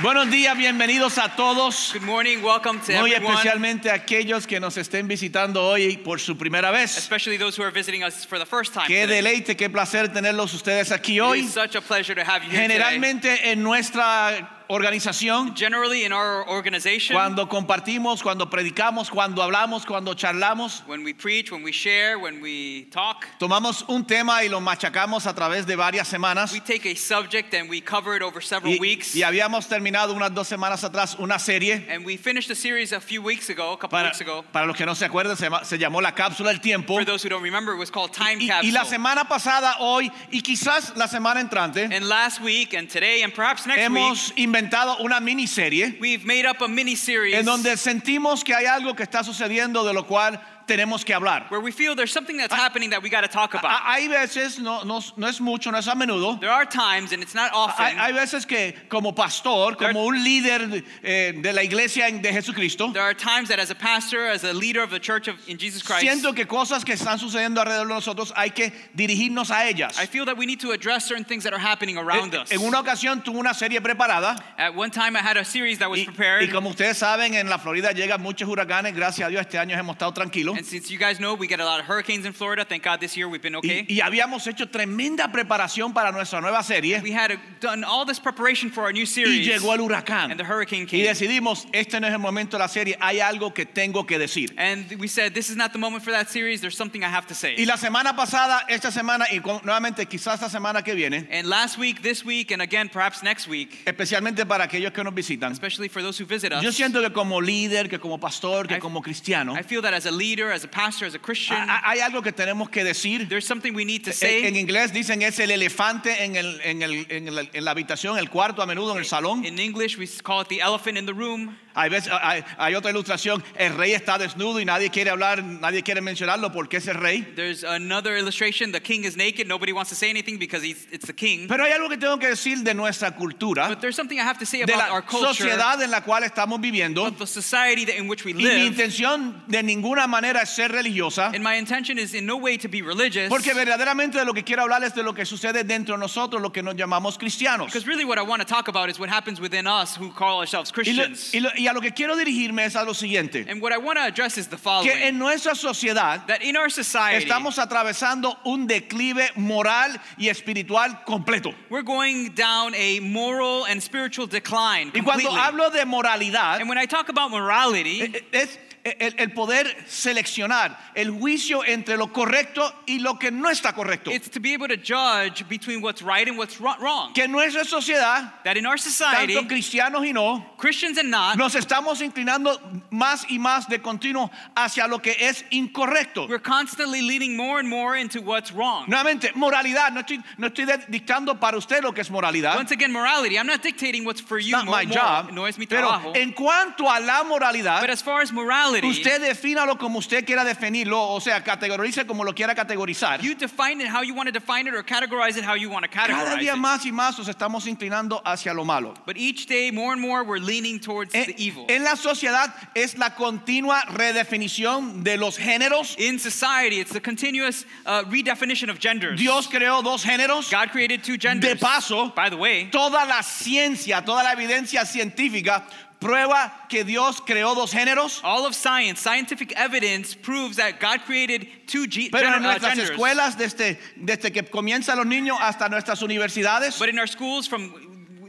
Buenos días, bienvenidos a todos. Good morning, welcome to Muy everyone, especialmente a aquellos que nos estén visitando hoy por su primera vez. especially those who are visiting us for the first time. Qué today. deleite, qué placer tenerlos ustedes aquí It hoy. is such a pleasure to have you here today. Generalmente en nuestra organización, Generally, in our organization, cuando compartimos, cuando predicamos, cuando hablamos, cuando charlamos, when we preach, when we share, when we talk, tomamos un tema y lo machacamos a través de varias semanas. we take a subject and we cover it over several Y, weeks. y habíamos terminado unas dos semanas atrás una serie. And we finished a series a few weeks ago, a couple Para, weeks ago. para los que no se acuerdan, se, llama- se llamó La Cápsula del Tiempo. For those who don't remember, it was called Time Y, Capsule. y la semana pasada, hoy y quizás la semana entrante, and last week and today and perhaps next week, hemos inventado una miniserie we've made up a mini-series en donde sentimos que hay algo que está sucediendo de lo cual tenemos que hablar. where we feel there's something Ah, that's happening that we got to talk about. A- hay veces, no, no, no es mucho, no es a menudo. there are times, and it's ah, not often, Hay, hay veces que como pastor, como un líder eh, de la iglesia en- de Jesucristo, There are times that as a pastor, as a leader of the church of, in Jesus Christ, siento que cosas que están sucediendo alrededor de nosotros hay que dirigirnos a ellas. I feel that we need to address certain things that are happening around En us. en una ocasión tuve una serie preparada At one time, I had a series that was Y, prepared, y como ustedes saben, en la Florida llegan muchos huracanes. Gracias a Dios, este año hemos estado tranquilos. and since you guys know, we get a lot of hurricanes in Florida. Thank God this year we've been okay. Y, y habíamos hecho tremenda preparación para nuestra nueva serie. we had a, done all this preparation for our new Y series, llegó el and the huracán. hurricane Y came. decidimos, este no es el momento de la serie, hay algo que tengo que decir. And we said, this is not the moment for that series. There's something I have to say. Y la semana pasada, esta semana y con- nuevamente quizás esta semana que viene, and last week, this week, and again, perhaps next week, especialmente para aquellos que nos visitan, especially for those who visit us, yo siento que como líder, que como pastor, que I- como cristiano, I feel that as a leader, as a pastor, as a Christian, a- a- hay algo que tenemos que decir. there's something we need to say. En, en inglés dicen es el elefante en, el- en el- en la, en la habitación, el cuarto, a menudo en el salón. In English, we call it the elephant in the room. Hay, veces- hay- hay otra ilustración, el rey está desnudo y nadie quiere hablar, nadie quiere mencionarlo porque es el rey. There's another illustration. The king is naked. Nobody wants to say anything because he's, it's the king. Pero hay algo que tengo que decir de nuestra cultura, But there's something I have to say de about our la culture, sociedad en la cual estamos viviendo. of the society that in which we Y mi live. intención de ninguna manera es ser religiosa, And my intention is in no way to be religious. porque verdaderamente de lo que quiero hablar es de lo que sucede dentro de nosotros, lo que nos llamamos cristianos. Because really, what I want to talk about is what happens within us who call ourselves Y lo- Christians. y lo- y a lo que quiero dirigirme es a lo siguiente, And what I want to address is que the en following nuestra sociedad that in our society, Estamos atravesando un declive moral y espiritual completo. we're going down a moral and spiritual decline. Y cuando completely. hablo de moralidad, and when I talk about morality, eh, eh, es el, el poder seleccionar el juicio entre lo correcto y lo que no está correcto. It's to be able to judge between what's right and what's ro- wrong. Que en nuestra sociedad, That in our society, tanto cristianos y no, Christians and not, nos estamos inclinando más y más de continuo hacia lo que es incorrecto. we're constantly leaning more and more into what's wrong. Nuevamente, moralidad, no estoy, no estoy dictando para usted lo que es moralidad. Once again, morality. I'm not dictating what's for you. not more my and more. job. No es mi Pero trabajo. en cuanto a la moralidad, but as far as morality, usted defínalo como usted quiera definirlo, o sea, categorice como lo quiera categorizar. you define it how you want to define it or categorize it how you want to Cada categorize día it. más y más nos estamos inclinando hacia lo malo. But each day, more and more, we're leaning towards En, the evil. en la sociedad es la continua redefinición de los géneros. in society, it's the continuous uh, redefinition of genders. Dios creó dos géneros. God created two genders. paso, by the way, Toda la ciencia, toda la evidencia científica prueba que Dios creó dos géneros. All of science, scientific evidence proves that God created two ge- Pero gener- en uh, nuestras genders. escuelas, desde, desde que comienzan los niños hasta nuestras universidades, But in our schools, from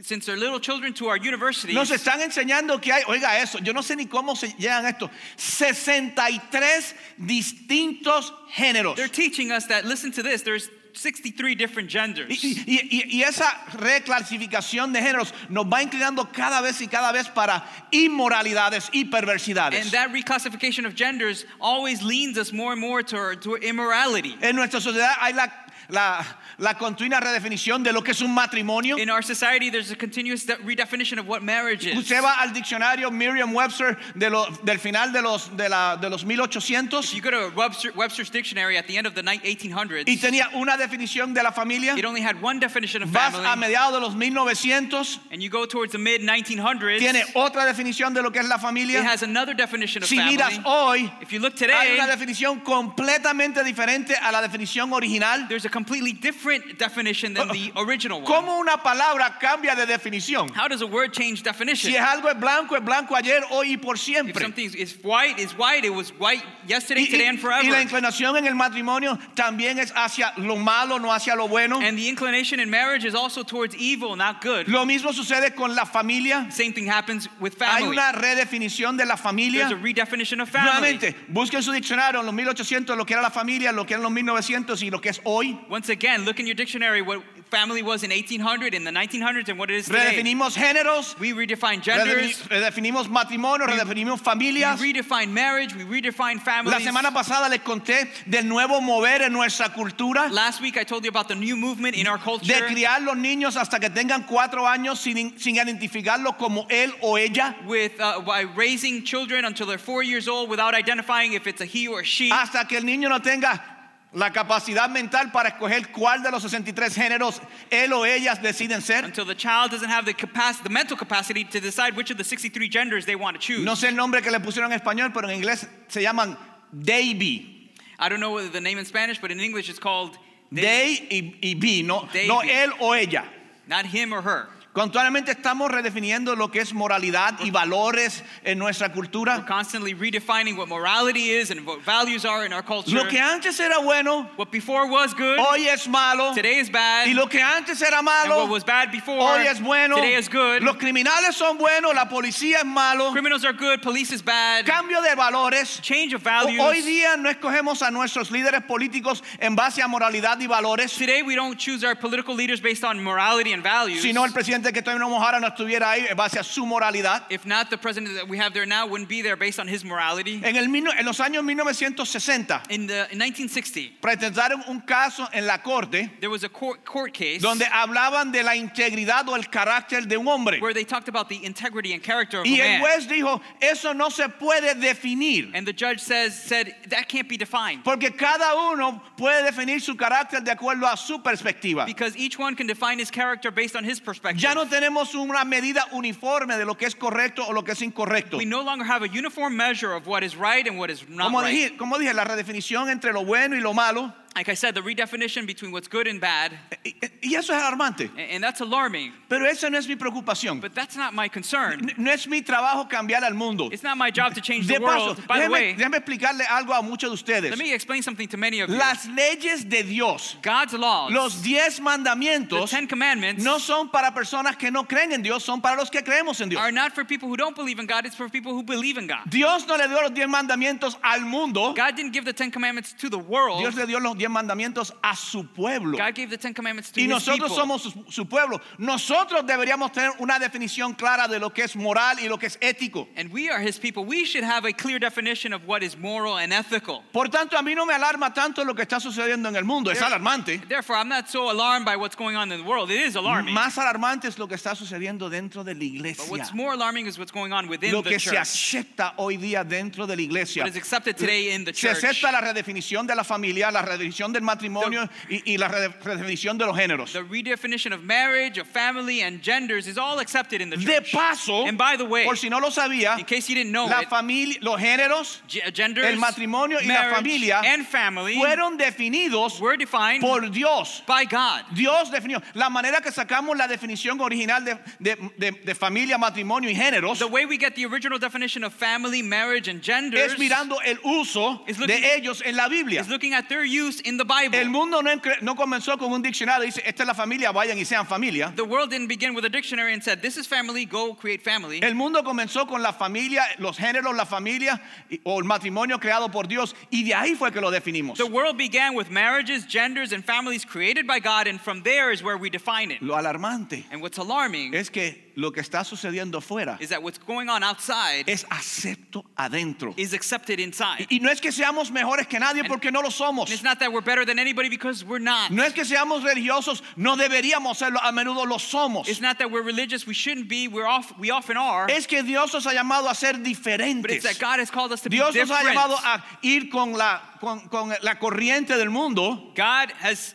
since they're little children to our universities, Nos están enseñando que hay, oiga eso, yo no sé ni cómo se llegan a esto, 63 distintos géneros. they're teaching us that. Listen to this: there's 63 different genders, Y, y- y- y esa reclasificación de géneros nos va inclinando cada vez y cada vez para inmoralidades y and perversidades. that reclassification of genders always leans us more and more toward, toward immorality. En nuestra sociedad hay la, la, la continua redefinición de lo que es un matrimonio. In our society, there's a continuous de- redefinition of what marriage is. Usted va al diccionario Merriam-Webster de lo- del final de los, de, la- de los If 1800 you go to Webster, Webster's dictionary at the end of the ni- 1800s, y tenía una definición de la familia. it only had one definition of Vas a family, mediados de los 1900, and you go towards the mid 1900s. tiene otra definición de lo que es la It familia. has another definition of Si miras family. hoy, If you look hay today, una definición completamente diferente a la definición original. there's a completely different definition than the original one. ¿Cómo una palabra cambia de definición? How does a word change definition? Si es algo es blanco, es blanco ayer, hoy y por If siempre. something is white, is white. It was white yesterday, Y, today, and y- y la forever. inclinación en el matrimonio también es hacia lo malo, no hacia lo bueno. And the inclination in marriage is also towards evil, not good. Lo mismo sucede con la familia. Same thing happens with Hay family. una redefinición de la There's familia. a redefinition of family. Nuevamente, busquen su diccionario en los 1800, lo que era la familia, lo que eran los 1900 y lo que es hoy. Once again, look in your dictionary what family was in 1800, in the 1900s, and what it is today. Redefinimos géneros, We redefine redefini- genders. redefinimos matrimonio, redefinimos familias. We redefine marriage. We redefine La families. semana pasada les conté del nuevo mover en nuestra cultura. Last week, I told you about the new movement in our de culture criar los niños hasta que tengan cuatro años sin, sin identificarlo como él o ella, with uh, by raising children until they're four years old without identifying if it's a he or she. hasta que el niño no tenga la capacidad mental para escoger cuál de los 63 géneros él o ellas deciden ser. until the child doesn't have the capacity, the mental capacity to decide which of the 63 genders they want to choose. No sé el nombre que le pusieron en español, pero en inglés se llaman Davy. I don't know whether the name in Spanish, but in English it's called they, Day y, y B, no, Davy. no él o ella. not him or her. Continuamente estamos redefiniendo lo que es moralidad y valores en nuestra We're cultura. constantly redefining what morality is and what values are in our culture. Lo que antes era bueno, what before was good, hoy es malo. today is bad. Y lo que antes era and malo, what was bad before, Hoy es bueno. today is good. Los criminales son buenos, la policía es malo. Criminals are good, police is bad. Cambio de valores. Change of O- values. Hoy día no escogemos a nuestros líderes políticos en base a moralidad y valores. today we don't choose our political leaders based on morality and values. Si no, el presidente que tenemos ahora no estuviera ahí en base a su moralidad. if not, the president that we have there now wouldn't be there based on his morality. En, el, mil- en los años 1960 In, the, in 1960, presentaron un caso en la corte there was a court, court case donde hablaban de la integridad o el carácter de un hombre. where they talked about the integrity and character of a Y el man. juez dijo, eso no se puede definir. and the judge says, said, that can't be defined. Porque cada uno puede definir su carácter de acuerdo a su perspectiva. Because each one can define his character based on his perspective. Ya no tenemos una medida uniforme de lo que es correcto o lo que es incorrecto. we no longer have a uniform measure of what is right and what is not Como right. dije, como dije, la redefinición entre lo bueno y lo malo, Like I said, the redefinition between what's good and bad, y, y eso es alarmante. a- and that's alarming. Pero esa no es mi preocupación. But that's not my concern. N- No es mi trabajo cambiar al mundo. It's not my job to change De the paso, world. By the déjeme, way, déjeme explicarle algo a muchos de ustedes. let me explain something to many of you. Las leyes de Dios, God's laws, los diez the mandamientos, Ten Commandments, no son para personas que no creen en Dios, son para los que creemos en Dios. are not for people who don't believe in God, it's for people who believe in God. Dios no le dio los diez mandamientos al mundo. God didn't give the Ten Commandments to the world. Dios le dio los diez mandamientos a su pueblo. God gave the Ten Commandments to Y His people. nosotros somos su, su pueblo. Nosotros deberíamos tener una definición clara de lo que es moral y lo que es ético. and we are His people. We should have a clear definition of what is moral and ethical. Por tanto, a mí no me alarma tanto lo que está sucediendo en el mundo. Es alarmante. Therefore, I'm not so alarmed by what's going on in the world. It is alarming. Más alarmante es lo que está sucediendo dentro de la but iglesia. what's more alarming is what's going on within Lo the que se church. acepta hoy día dentro de la iglesia. What is accepted today in the Se church. acepta la redefinición de la familia, la redefinición del matrimonio y, y la rede- redefinición de los géneros. the redefinition of marriage, of family, and genders is all accepted in the De church. paso, and by the way, por si no lo sabía, in case you didn't know la it, familia, los géneros ge- uh, genders, el matrimonio y la marriage, familia and family fueron definidos were defined por Dios. by God. Dios definió. La manera que sacamos la definición original de, de- de- de familia, matrimonio y géneros The way we get the original definition of family, marriage, and genders es mirando el uso Is looking- de ellos en la Biblia. is looking at their use in the Bible. El mundo no, encre- no comenzó con un diccionario. Dice, esta es la familia, vayan y sean familia. the world didn't begin with a dictionary and said, This is family, go create family. El mundo comenzó con la familia, los géneros, la familia y- o el matrimonio creado por Dios. Y de ahí fue que lo definimos. the world began with marriages, genders, and families created by God, and from there is where we define it. Lo alarmante And what's alarming es que lo que está sucediendo fuera is that what's going on outside es acepto adentro. is accepted inside. Y no es que seamos mejores que nadie porque no lo somos. and it's not that we're better than anybody because we're not. No es que seamos religiosos, no deberíamos serlo, a menudo lo somos. It's not that we're religious, we shouldn't be, we're off, we often are. Es que Dios nos ha llamado a ser but it's that diferentes. God has called us to Dios be nos ha different. llamado a ir con la, con, con la corriente del mundo. God has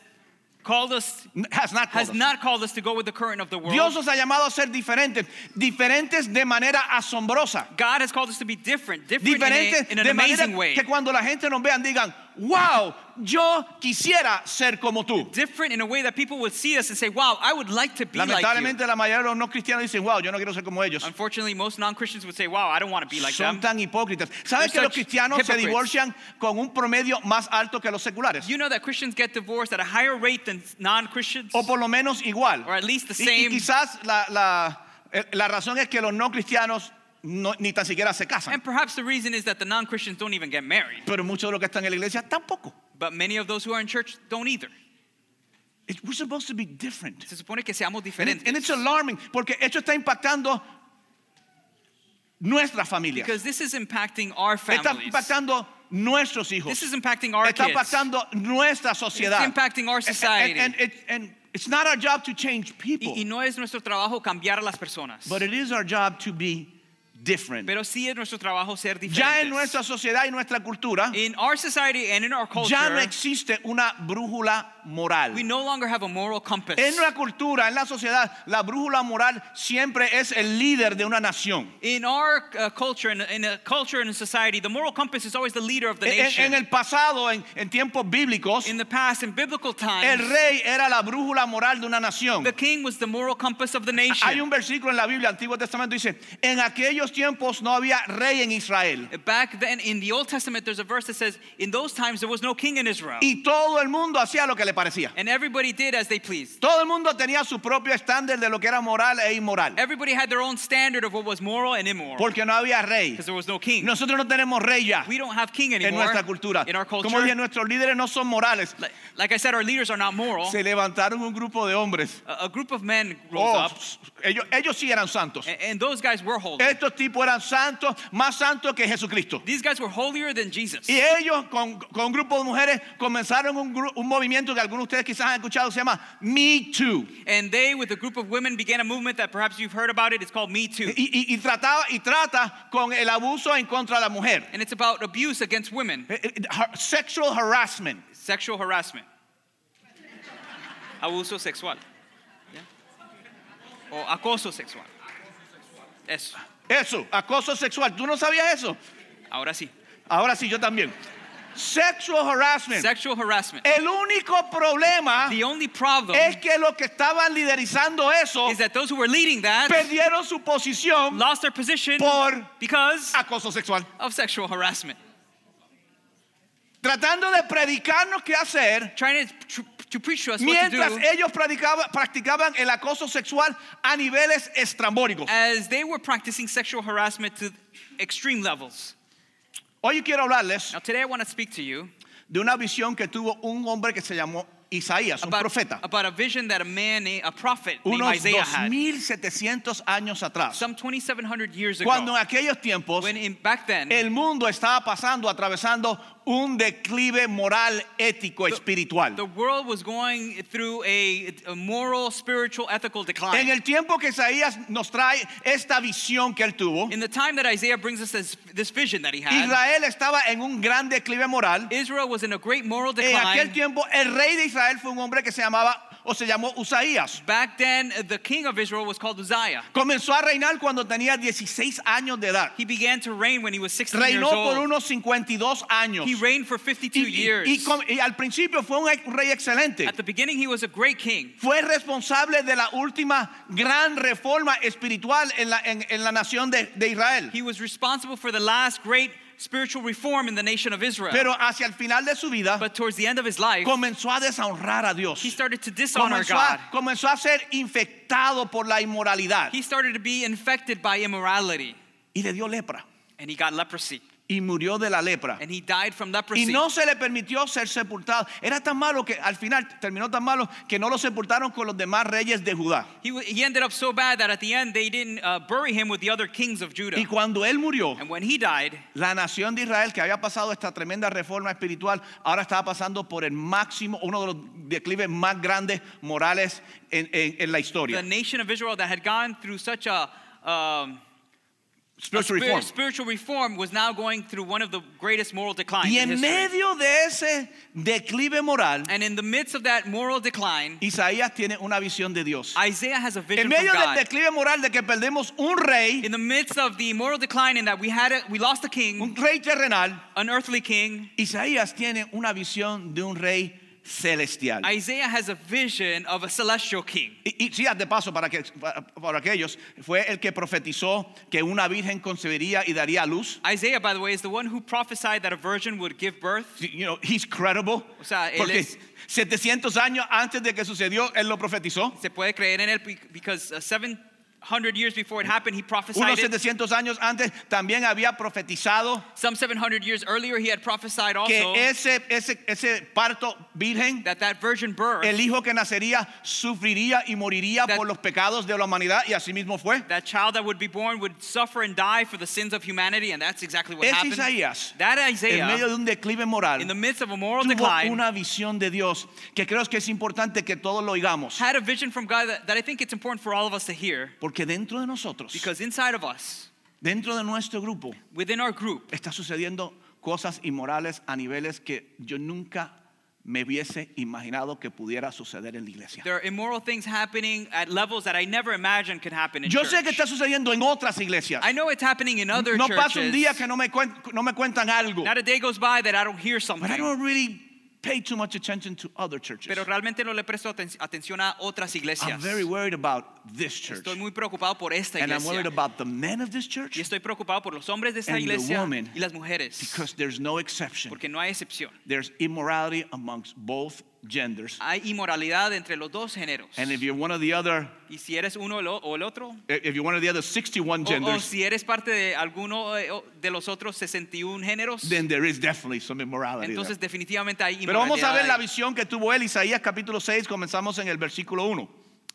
called us Has not has called us. not called us to go with the current of the world. Dios nos ha llamado a ser diferentes, diferentes de manera asombrosa, God has called us to be different, different in, a- diferentes in an de manera amazing way. que cuando la gente nos vean digan, wow, yo quisiera ser como tú. different in a way that people would see us and say, wow, I would like to be like you. Lamentablemente la mayoría de los no cristianos dicen, wow, yo no quiero ser como ellos. Unfortunately, most non Christians would say, wow, I don't want to be like Son tan them. hipócritas. ¿Sabes que They're los such cristianos se hypocrites. divorcian con un promedio más alto que los seculares? You know that Christians get divorced at a higher rate than non Christians? O por lo menos igual. Or at least the Y- Y, same. quizás la, la- eh, la razón es que los no cristianos no- ni tan siquiera se casan. And perhaps the reason is that the non Christians don't even get married. Pero muchos de los que están en la iglesia tampoco. But many of those who are in church don't either. It- we're supposed to be different. Se supone que seamos And, it- and diferentes. it's alarming porque esto está impactando nuestra familia. Because this is impacting our Está families. impactando nuestros hijos. This is impacting our está kids. impactando nuestra sociedad. It's impacting our And- society. And, and it- and it's not our job to change people, Y, y no es nuestro trabajo cambiar a las personas. but it is our job to be different. Pero sí es nuestro trabajo ser ya en diferentes. nuestra sociedad y nuestra cultura, In our society and in our culture, ya no existe una brújula moral. we no longer have a moral compass. En la cultura, en la sociedad, la brújula moral siempre es el líder de una nación. In our uh, culture, in, in a culture and a society, the moral compass is always the leader of the En, nation. en el pasado, en, en tiempos bíblicos, in the past, in biblical times, el rey era la brújula moral de una nación. the king was the moral compass of the nation. Hay un versículo en la Biblia, Antiguo Testamento, dice, en aquellos tiempos no había rey en Israel. Back then, in the Old Testament, there's a verse that says, In those times, there was no king in Israel. Y todo el mundo hacía lo que le parecía. And everybody did as they pleased. Todo el mundo tenía su propio estándar de lo que era moral e inmoral. Everybody had their own standard of what was moral and immoral Porque no había rey. because there was no king. Nosotros no tenemos rey ya We don't have king en anymore nuestra cultura. in our culture. Como dije, nuestros líderes no son morales. Like, like I said, our leaders are not moral. Se levantaron un grupo de hombres. a, a group of men rose Oh, up, ellos, ellos sí eran santos. and, and those guys were holy. Estos tipos eran santos, más santos que Jesucristo. These guys were holier than Jesus. Y ellos con, con un grupo de mujeres comenzaron un, gru- un movimiento que algunos de ustedes quizás han escuchado, se llama Me Too. And they, with a group of women, began a movement that perhaps you've heard about it. It's called Me Too. Y, y- y trataba, y trata con el abuso en contra de la mujer. And it's about abuse against women, Eh, eh, har- Sexual harassment. sexual harassment. Abuso sexual. Yeah. O acoso sexual. Eso. Eso, acoso sexual. ¿Tú no sabías eso? Ahora sí. Ahora sí, yo también. Sexual harassment. Eh, Sexual harassment. El único problema The only problem es que los que estaban liderizando eso is that those who were leading eh, that perdieron su posición lost their position por because acoso sexual. of sexual harassment. Tratando de predicarnos qué hacer. Trying to, tr- to preach to us what to Mientras eh, do ellos practicaba- practicaban el acoso sexual a niveles estrambóricos. as they were practicing sexual harassment to extreme levels. Hoy quiero hablarles Now, today I want to speak to you de una visión que tuvo un hombre que se llamó Isaías, un about, profeta, about a vision that a man, na- a prophet named unos Isaiah had 2700 años atrás. some 2,700 years ago. Cuando en aquellos tiempos when in, back then, el mundo estaba pasando, atravesando un declive moral, ético, espiritual. the world was going through a, a moral, spiritual, ethical decline. En el tiempo que Isaías nos trae esta visión que él tuvo, in the time that Isaiah brings us this, this vision that he had, Israel estaba en un gran declive moral. Israel was in a great moral En aquel decline. tiempo el rey de Israel fue un hombre que se llamaba o se llamó Usaías. Back then, uh, the king of Israel was called Uzziah. Comenzó a reinar cuando tenía 16 años de edad. He began to reign when he was 16 Reinó years old. por unos 52 años. He reigned for 52 Y, years. y- y com- y al principio fue un, ex- un rey excelente. At the beginning, he was a great king. Fue responsable de la última gran reforma espiritual en la, en- en la nación de, de Israel. He was responsible for the last great spiritual reform in the nation of Israel. Pero hacia el final de su vida but towards the end of his life, comenzó a deshonrar a Dios. he started to dishonor Comenzó God. a, comenzó a ser infectado por la inmoralidad He started to be infected by immorality, y le dio lepra and he got leprosy, y murió de la lepra. and he died from Y leprosy. no se le permitió ser sepultado. Era tan malo que al final terminó tan malo que no lo sepultaron con los demás reyes de Judá. he, wa- he ended up so bad that at the end they didn't uh, bury him with the other kings of Judah. Y cuando él murió, and when he died, la nación de Israel que había pasado esta tremenda reforma espiritual, ahora estaba pasando por el máximo, uno de los declives más grandes morales en, en- en la the historia. nation of Israel that had gone through such a um, spiritual Spir- reform. Spiritual reform was now going through one of the greatest moral declines Y in en history. medio de ese declive moral, and in the midst of that moral decline, Isaías tiene una visión de Dios. Isaiah has a En vision from medio del God. declive moral de que perdemos un rey, In the midst of the moral decline in that we had a, we lost a un king, rey terrenal, an earthly king, Isaías tiene una visión de un rey celestial. Isaiah has a vision of a celestial king. Y, y sí, de paso, para, que, para, para aquellos, fue el que profetizó que una virgen concebiría y daría a luz. Isaiah, by the way, is the one who prophesied that a virgin would give birth. You know, he's credible. O sea, él porque es- 700 años antes de que sucedió, él lo profetizó. Se puede creer en él be- because uh, 700 years before it happened, he prophesied Unos it. 700 años antes también había profetizado Some 700 years earlier, he had prophesied also que ese, ese, ese parto virgen, that that virgin birth, el hijo que nacería, sufriría y moriría That- por los pecados de la humanidad y así mismo fue. that child that would be born would suffer and die for the sins of humanity, and that's exactly what Es happened. Isaías, that En medio Isaiah, de un declive moral, in the midst of a moral tuvo decline, una visión de Dios que creo que es importante que todos lo oigamos. had a vision from God that, that I think it's important for all of us to hear Porque dentro de nosotros, because inside of us, dentro de nuestro grupo, within our group, está sucediendo cosas inmorales a niveles que yo nunca me hubiese imaginado que pudiera suceder en la iglesia. there are immoral things happening at levels that I never imagined could happen in Yo church. sé que está sucediendo en otras iglesias. I know it's happening in other No churches. pasa un día que no me, cuen- no me cuentan algo. Not a day goes by that I don't hear But something. I don't really pay too much attention to other churches. Pero realmente no le presto aten- atención a otras I'm iglesias. very worried about this church. Estoy muy preocupado por esta And I'm worried iglesia. about the men of this Y church estoy preocupado por los hombres de esta And the iglesia woman, y las mujeres. because there's no exception. Porque no hay excepción. There's immorality amongst both genders. Hay inmoralidad entre los dos géneros. And if you're one of the other, eh, Y si eres uno o lo- o el otro, if you're one of the other 61 O- O, genders, si eres parte de alguno eh, o- de los otros 61 géneros, then there is definitely some immorality. there. entonces definitivamente hay Pero vamos a ver la inmoralidad ahí. visión que tuvo él, Isaías capítulo 6, comenzamos en el versículo 1.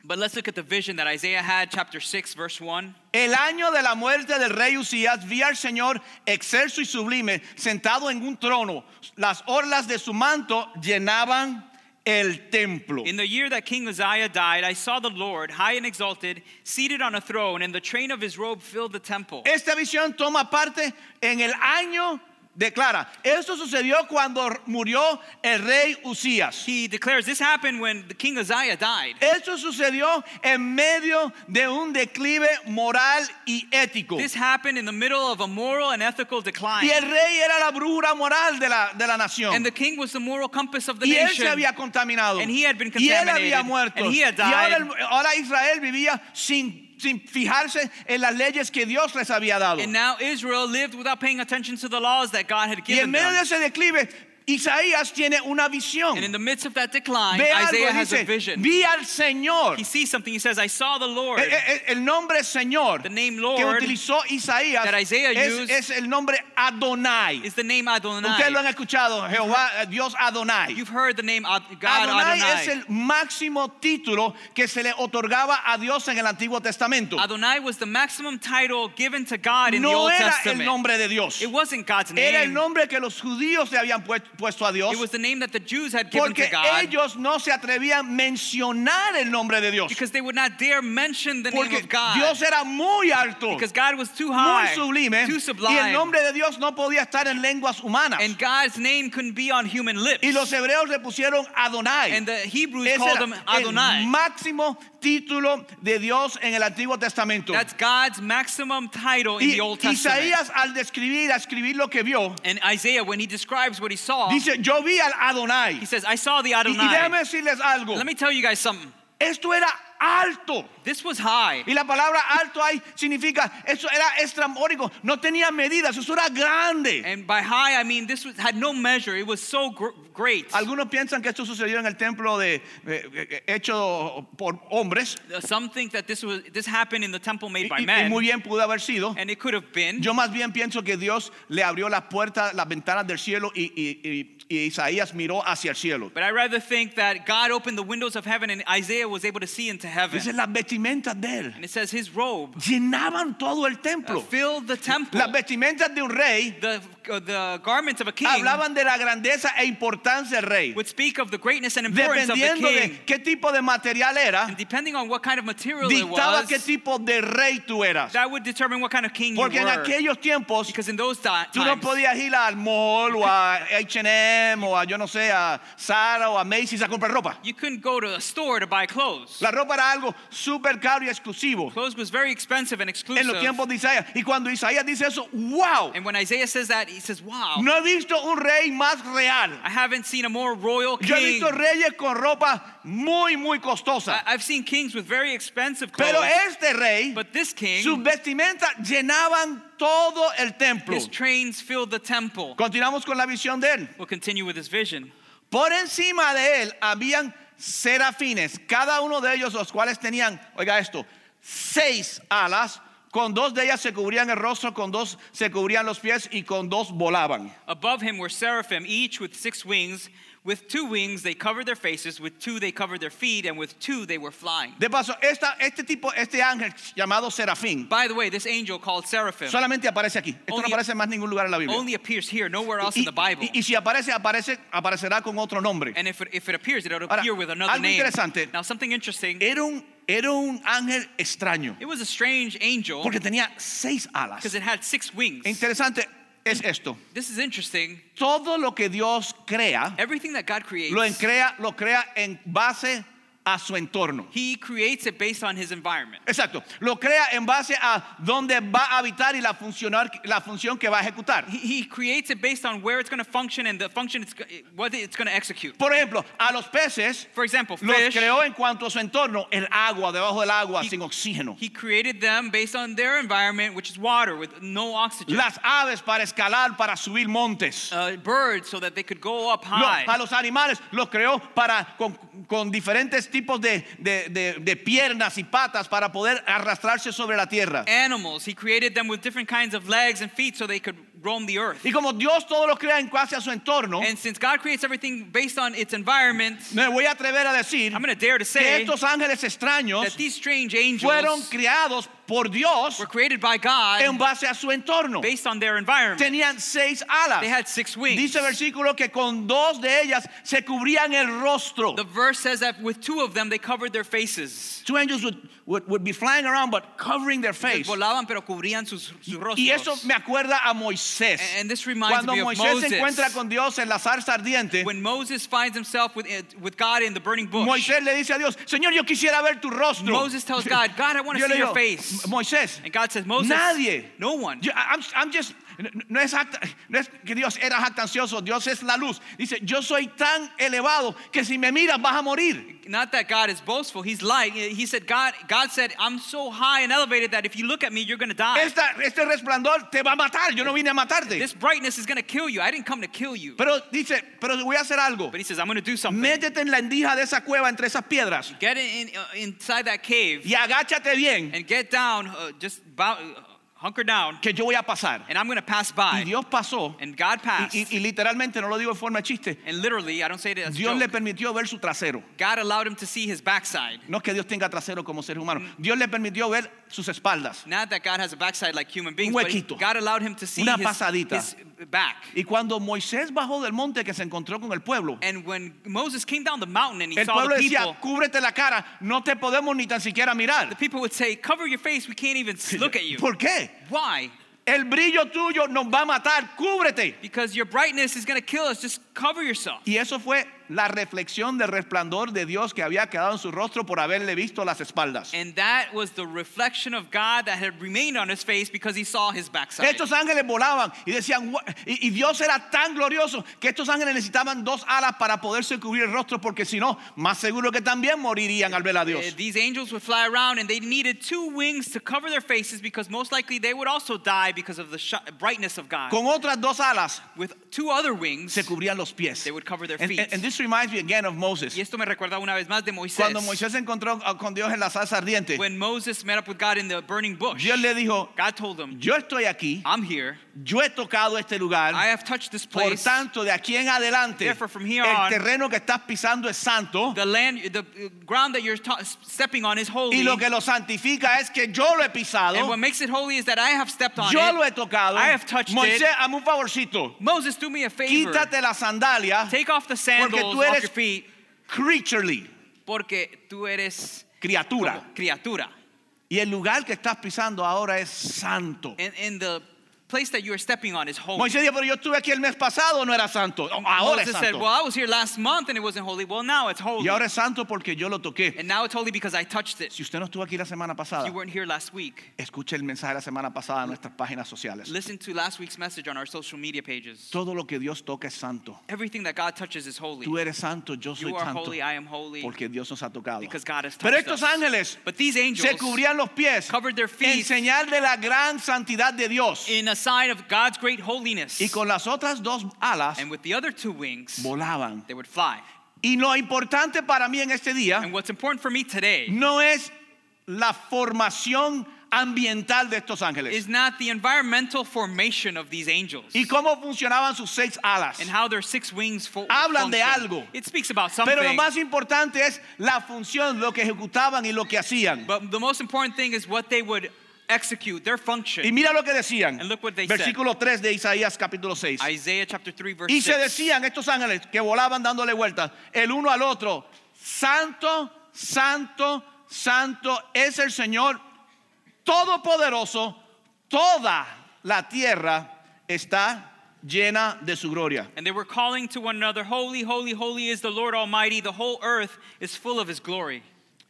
But let's look at the vision that Isaiah had, chapter 6, verse 1. El año de la muerte del rey Usías vi al Señor excelso y sublime, sentado en un trono. Las orlas de su manto llenaban el templo. In the year that King Uzziah died, I saw the Lord, high and exalted, seated on a throne, and the train of his robe filled the temple. Esta visión toma parte en el año, declara, esto sucedió cuando murió el rey Usías. He declares this happened when the King Uzziah died. Esto sucedió en medio de un declive moral y ético. This happened in the middle of a moral and ethical decline. Y el rey era la brújula moral de la, de la nación. And the king was the moral compass of the y él se nation. había contaminado. And he had been y él contaminated. había muerto. And he had Y ahora, died. el- ahora Israel vivía sin, sin fijarse en las leyes que Dios les había dado. And now Israel lived without paying attention to the laws that God had Y en given medio them. de ese declive, Isaías tiene una visión. And in the midst of that decline, Ve algo y Isaiah has a dice, vision. vi al Señor. He sees something. He says, I saw the Lord. E- e- e- El nombre Señor The name que Lord utilizó Isaías that Isaiah es, used es el nombre Adonai. Is the name Ustedes lo Adonai. han escuchado, Jehová, eh, Dios Adonai. You've heard the name Ad- God Adonai, es Adonai. el máximo título que se le otorgaba a Dios en el Antiguo Testamento. Adonai was the maximum title given to God in the no Old era el Testament. nombre de Dios. It wasn't God's Era el name. nombre que los judíos le habían puest- puesto a Dios It was the name that the Jews had given to porque God ellos no se atrevían a mencionar el nombre de Dios. because they would not dare mention the name Porque of God Dios era muy alto, because God was too muy high, sublime too y el sublime, nombre de Dios no podía estar en lenguas humanas. and God's name couldn't be on human lips. Y los hebreos le pusieron Adonai. And the Hebrews Ese called era him el Adonai. máximo título de Dios en el Antiguo Testamento. That's God's maximum title in Y the Old Testament. Isaías al describir, a escribir lo que vio, And Isaiah, when he describes what he saw, dice, yo vi al Adonai. he says, I saw the Y, y Adonai. déjame decirles algo. Let me tell you guys something. Esto era alto. This was high. Y la palabra alto ahí significa, eso era extraordinario. No tenía medidas, eso era grande. And by high, I mean this was, had no measure. It was so gr- great. Algunos piensan que esto sucedió en el templo de, eh, eh, hecho por hombres. Uh, Some think that this, was, this happened in the temple Y, made by y- y men. muy bien pudo haber sido. And it could have been. Yo más bien pienso que Dios le abrió las puertas, las ventanas del cielo y, y- y- y Isaías miró hacia el cielo. But I rather think that God opened the windows of heaven and Isaiah was able to see into heaven. Dice las vestimentas de And él. it says his robe Llenaban todo el uh, templo. filled the temple. Las vestimentas de un rey The, uh, the garments of a king hablaban de la grandeza e importancia del rey. would speak of the greatness and importance of the Dependiendo king. de qué tipo de material And era, depending on what kind of material it dictaba was, qué tipo de rey tú eras. that would determine what kind of king Porque you en were. aquellos tiempos because in those di- Tú no times, podías ir al mall o a H&M o a yo no sé, a Zara o a Macy's a comprar ropa. you couldn't go to a store to buy clothes. La ropa era algo súper caro y exclusivo clothes was very expensive en and exclusive. Em- los tiempos de Isaías. Y cuando Isaías dice eso, wow, and when Isaiah says that, he says, wow, no he visto un rey más real. I haven't seen a more royal Yo he king. visto reyes con ropa muy, muy I- costosa. I've seen kings with very expensive clothes. Pero este rey, ah, but this king, sus vestimentas llenaban todo el templo. his trains filled the temple. Continuamos con la visión de él. We'll continue with his vision. Por encima de él habían serafines, cada uno de ellos los cuales tenían, oiga esto, seis alas, con dos de ellas se cubrían el rostro, con dos se cubrían los pies y con dos volaban. Above him were seraphim, each with six wings. With two wings they covered their faces, with two they covered their feet, and with two they were flying. De paso, esta- este tipo, este ángel llamado serafín, By the way, this angel called seraphim solamente aparece aquí. Esto no Only- aparece en más ningún lugar en la Biblia. only appears here, nowhere else in Y, the Bible. y- y si aparece, aparece, aparecerá con otro nombre. And if it, if it appears, it'll Ahora, appear with another algo name. interesante. Eh, Now, something interesting. Era un, era un ángel extraño, It was a strange angel porque tenía seis alas. because it had six wings. Interesante es esto. This is interesting. Todo lo que Dios crea, Everything that God creates, lo en- crea, lo crea en base a su entorno. He creates it based on His environment. Exacto, lo crea en base a dónde va a habitar y la, funcionar, la función que va a ejecutar. He, he creates it based on where it's going to function and the function it's go- what it's going to execute. Por ejemplo, a los peces For example, los fish. creó en cuanto a su entorno, el agua, debajo del agua, He- sin oxígeno. He created them based on their environment, which is water with no oxygen. Las aves para escalar, para subir montes. uh, birds, so that they could go up Lo- high. a los animales los creó para, con, con diferentes tipos de, de- de- de piernas y patas para poder arrastrarse sobre la tierra. Animals, He created them with different kinds of legs and feet, so they could roam the earth. Y como Dios todo lo crea en base a su entorno, And since God creates everything based on its environment, me voy a atrever a decir I'm going to dare to que say estos ángeles that extraños these strange angels fueron creados por Dios were created by God en base a su entorno. based on their environment. Tenían seis alas. They had six wings. Dice el versículo que con dos de ellas se cubrían el rostro. The verse says that with two of them they covered their faces. Two angels would, would, would be flying around but covering their face. Volaban pero cubrían sus, sus Y eso rostros. me acuerda a Moisés. And- and this reminds Cuando me of Moisés se Moses. encuentra con Dios en la zarza ardiente, When Moses finds himself with, with God in the burning bush, Moisés le dice a Dios, Señor, yo quisiera ver tu rostro. Moses tells God, God, I want to Yo le see your digo, face. Moisés, And God says, Moses, Nadie. no one. Yo- I'm- I'm just- no, no es jacta- no es que Dios era jactancioso, Dios es la luz. Dice, yo soy tan elevado que si me miras vas a morir. Not that God is boastful, he's light. He said, God, God said, I'm so high and elevated that if you look at me, you're going to die. Esta- este resplandor te va a matar, yo no vine a matarte. Ah. This brightness is going to kill you. I didn't come to kill you. Pero dice, pero voy a hacer algo. But he says, I'm going to do something. Métete en la endija de esa cueva entre esas piedras Get in, uh, inside that cave y agáchate bien and get down, uh, just bow, uh, hunker down, que yo voy a pasar. and I'm going to pass Y by. Dios pasó And God passed. y, y- y literalmente, no lo digo en forma de chiste, and literally, I don't say it as a Dios le joke, permitió ver su trasero. God allowed him to see his backside. No es que Dios tenga trasero como ser humano. Dios le permitió ver sus espaldas. Not that God has a backside like human beings, Un but he- huequito. God allowed him to see Una his, pasadita. his back. Y cuando Moisés bajó del monte que se encontró con el pueblo, And when Moses came down the mountain and he el saw pueblo the people, decía, cúbrete la cara, no te podemos ni tan siquiera the mirar. people would say, Cover your face, we can't even s- look at you. ¿Por qué? Why? El brillo tuyo nos va a matar, cúbrete. Because your brightness is going to kill us. Just cover yourself. Y eso fue la reflexión del resplandor de Dios que había quedado en su rostro por haberle visto las espaldas. And that was the reflection of God that had remained on his face because he saw his backside. Estos ángeles volaban y decían, "Gua-". y, y Dios era tan glorioso que estos ángeles necesitaban dos alas para poderse cubrir el rostro, porque si no, más seguro que también morirían al ver a Uh, Dios. These angels would fly around and they needed two wings to cover their faces because most likely they would also die because of the sh- brightness of God. Con otras dos alas With two other wings, se cubrían los pies. they would cover their And, feet. and- and this reminds me again of Moses. y esto me recuerda una vez más de Moisés. Cuando Moisés se encontró ah, con Dios en la salsa ardiente, When Moses met up with God in the burning bush, Dios le dijo, God told him, yo estoy aquí I'm here yo he tocado este lugar. I have touched this Por place. tanto, de aquí en adelante, Therefore, from here el on, terreno que estás pisando es santo. The land, the uh, ground that you're ta- stepping on is holy. Y lo que lo santifica es que yo lo he pisado, and what makes it holy is that I have stepped on yo it. lo he tocado. I have touched Moisés, it. hazme un favorcito. Moses, do me a favor. Quítate la sandalia Take off the sandals tú off eres- your feet, creaturely, porque tú eres criatura. como criatura. Y el lugar que estás pisando ahora es santo. And, and the place that you are stepping on is holy. Moisés dijo, pero yo estuve aquí el mes pasado, no era santo. No, Ahora es Moses said, Well, santo. I was here last month and it wasn't holy. Well, now it's holy. Y ahora es santo porque yo lo toqué. and now it's holy because I touched it. Si usted no estuvo aquí la semana If pasada, you weren't here last week, escuche el mensaje de la semana pasada en nuestras páginas sociales. listen to last week's message on our social media pages. Todo lo que Dios toca es santo. Everything that God touches is holy. Tú eres santo, yo soy You are santo. holy, I am holy. Porque Dios nos ha tocado. Because God has Pero touched estos us. ángeles But these angels, se cubrían los pies covered their feet. en señal de la gran santidad de Dios. in a sign of God's great holiness, Y con las otras dos alas and with the other two wings, volaban. they would fly. Y lo importante para mí en este día And what's important for me today no es la formación ambiental de estos ángeles is not the environmental formation of these angels y cómo funcionaban sus seis alas. and how their six wings fo- Hablan de function. algo. It speaks about something. Pero lo más importante es la función, lo que ejecutaban y lo que hacían. But the most important thing is what they would execute, their function. Y mira lo que decían. And look what they said. Versículo 3 de Isaías capítulo 6. Isaiah chapter 3, verse Y se 6. decían estos ángeles que volaban dándole vueltas el uno al otro, santo, santo, santo es el Señor Todopoderoso, toda la tierra está llena de su gloria. And they were calling to one another, Holy, holy, holy is the Lord Almighty. The whole earth is full of his glory.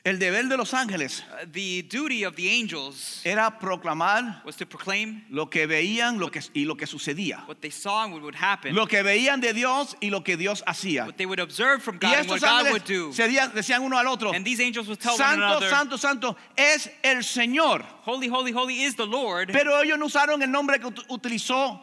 El deber de los ángeles Uh, the duty of the angels era proclamar was to proclaim lo que veían lo que, y lo que sucedía. what they saw and what would happen, Lo que veían de Dios y lo que Dios hacía. what they would observe from Y God and what estos God ángeles would do. serían- decían uno al otro, And these angels would tell one santo, another, santo, santo es el Señor. Holy, holy, holy is the Lord. Pero ellos no usaron el nombre que ut- utilizó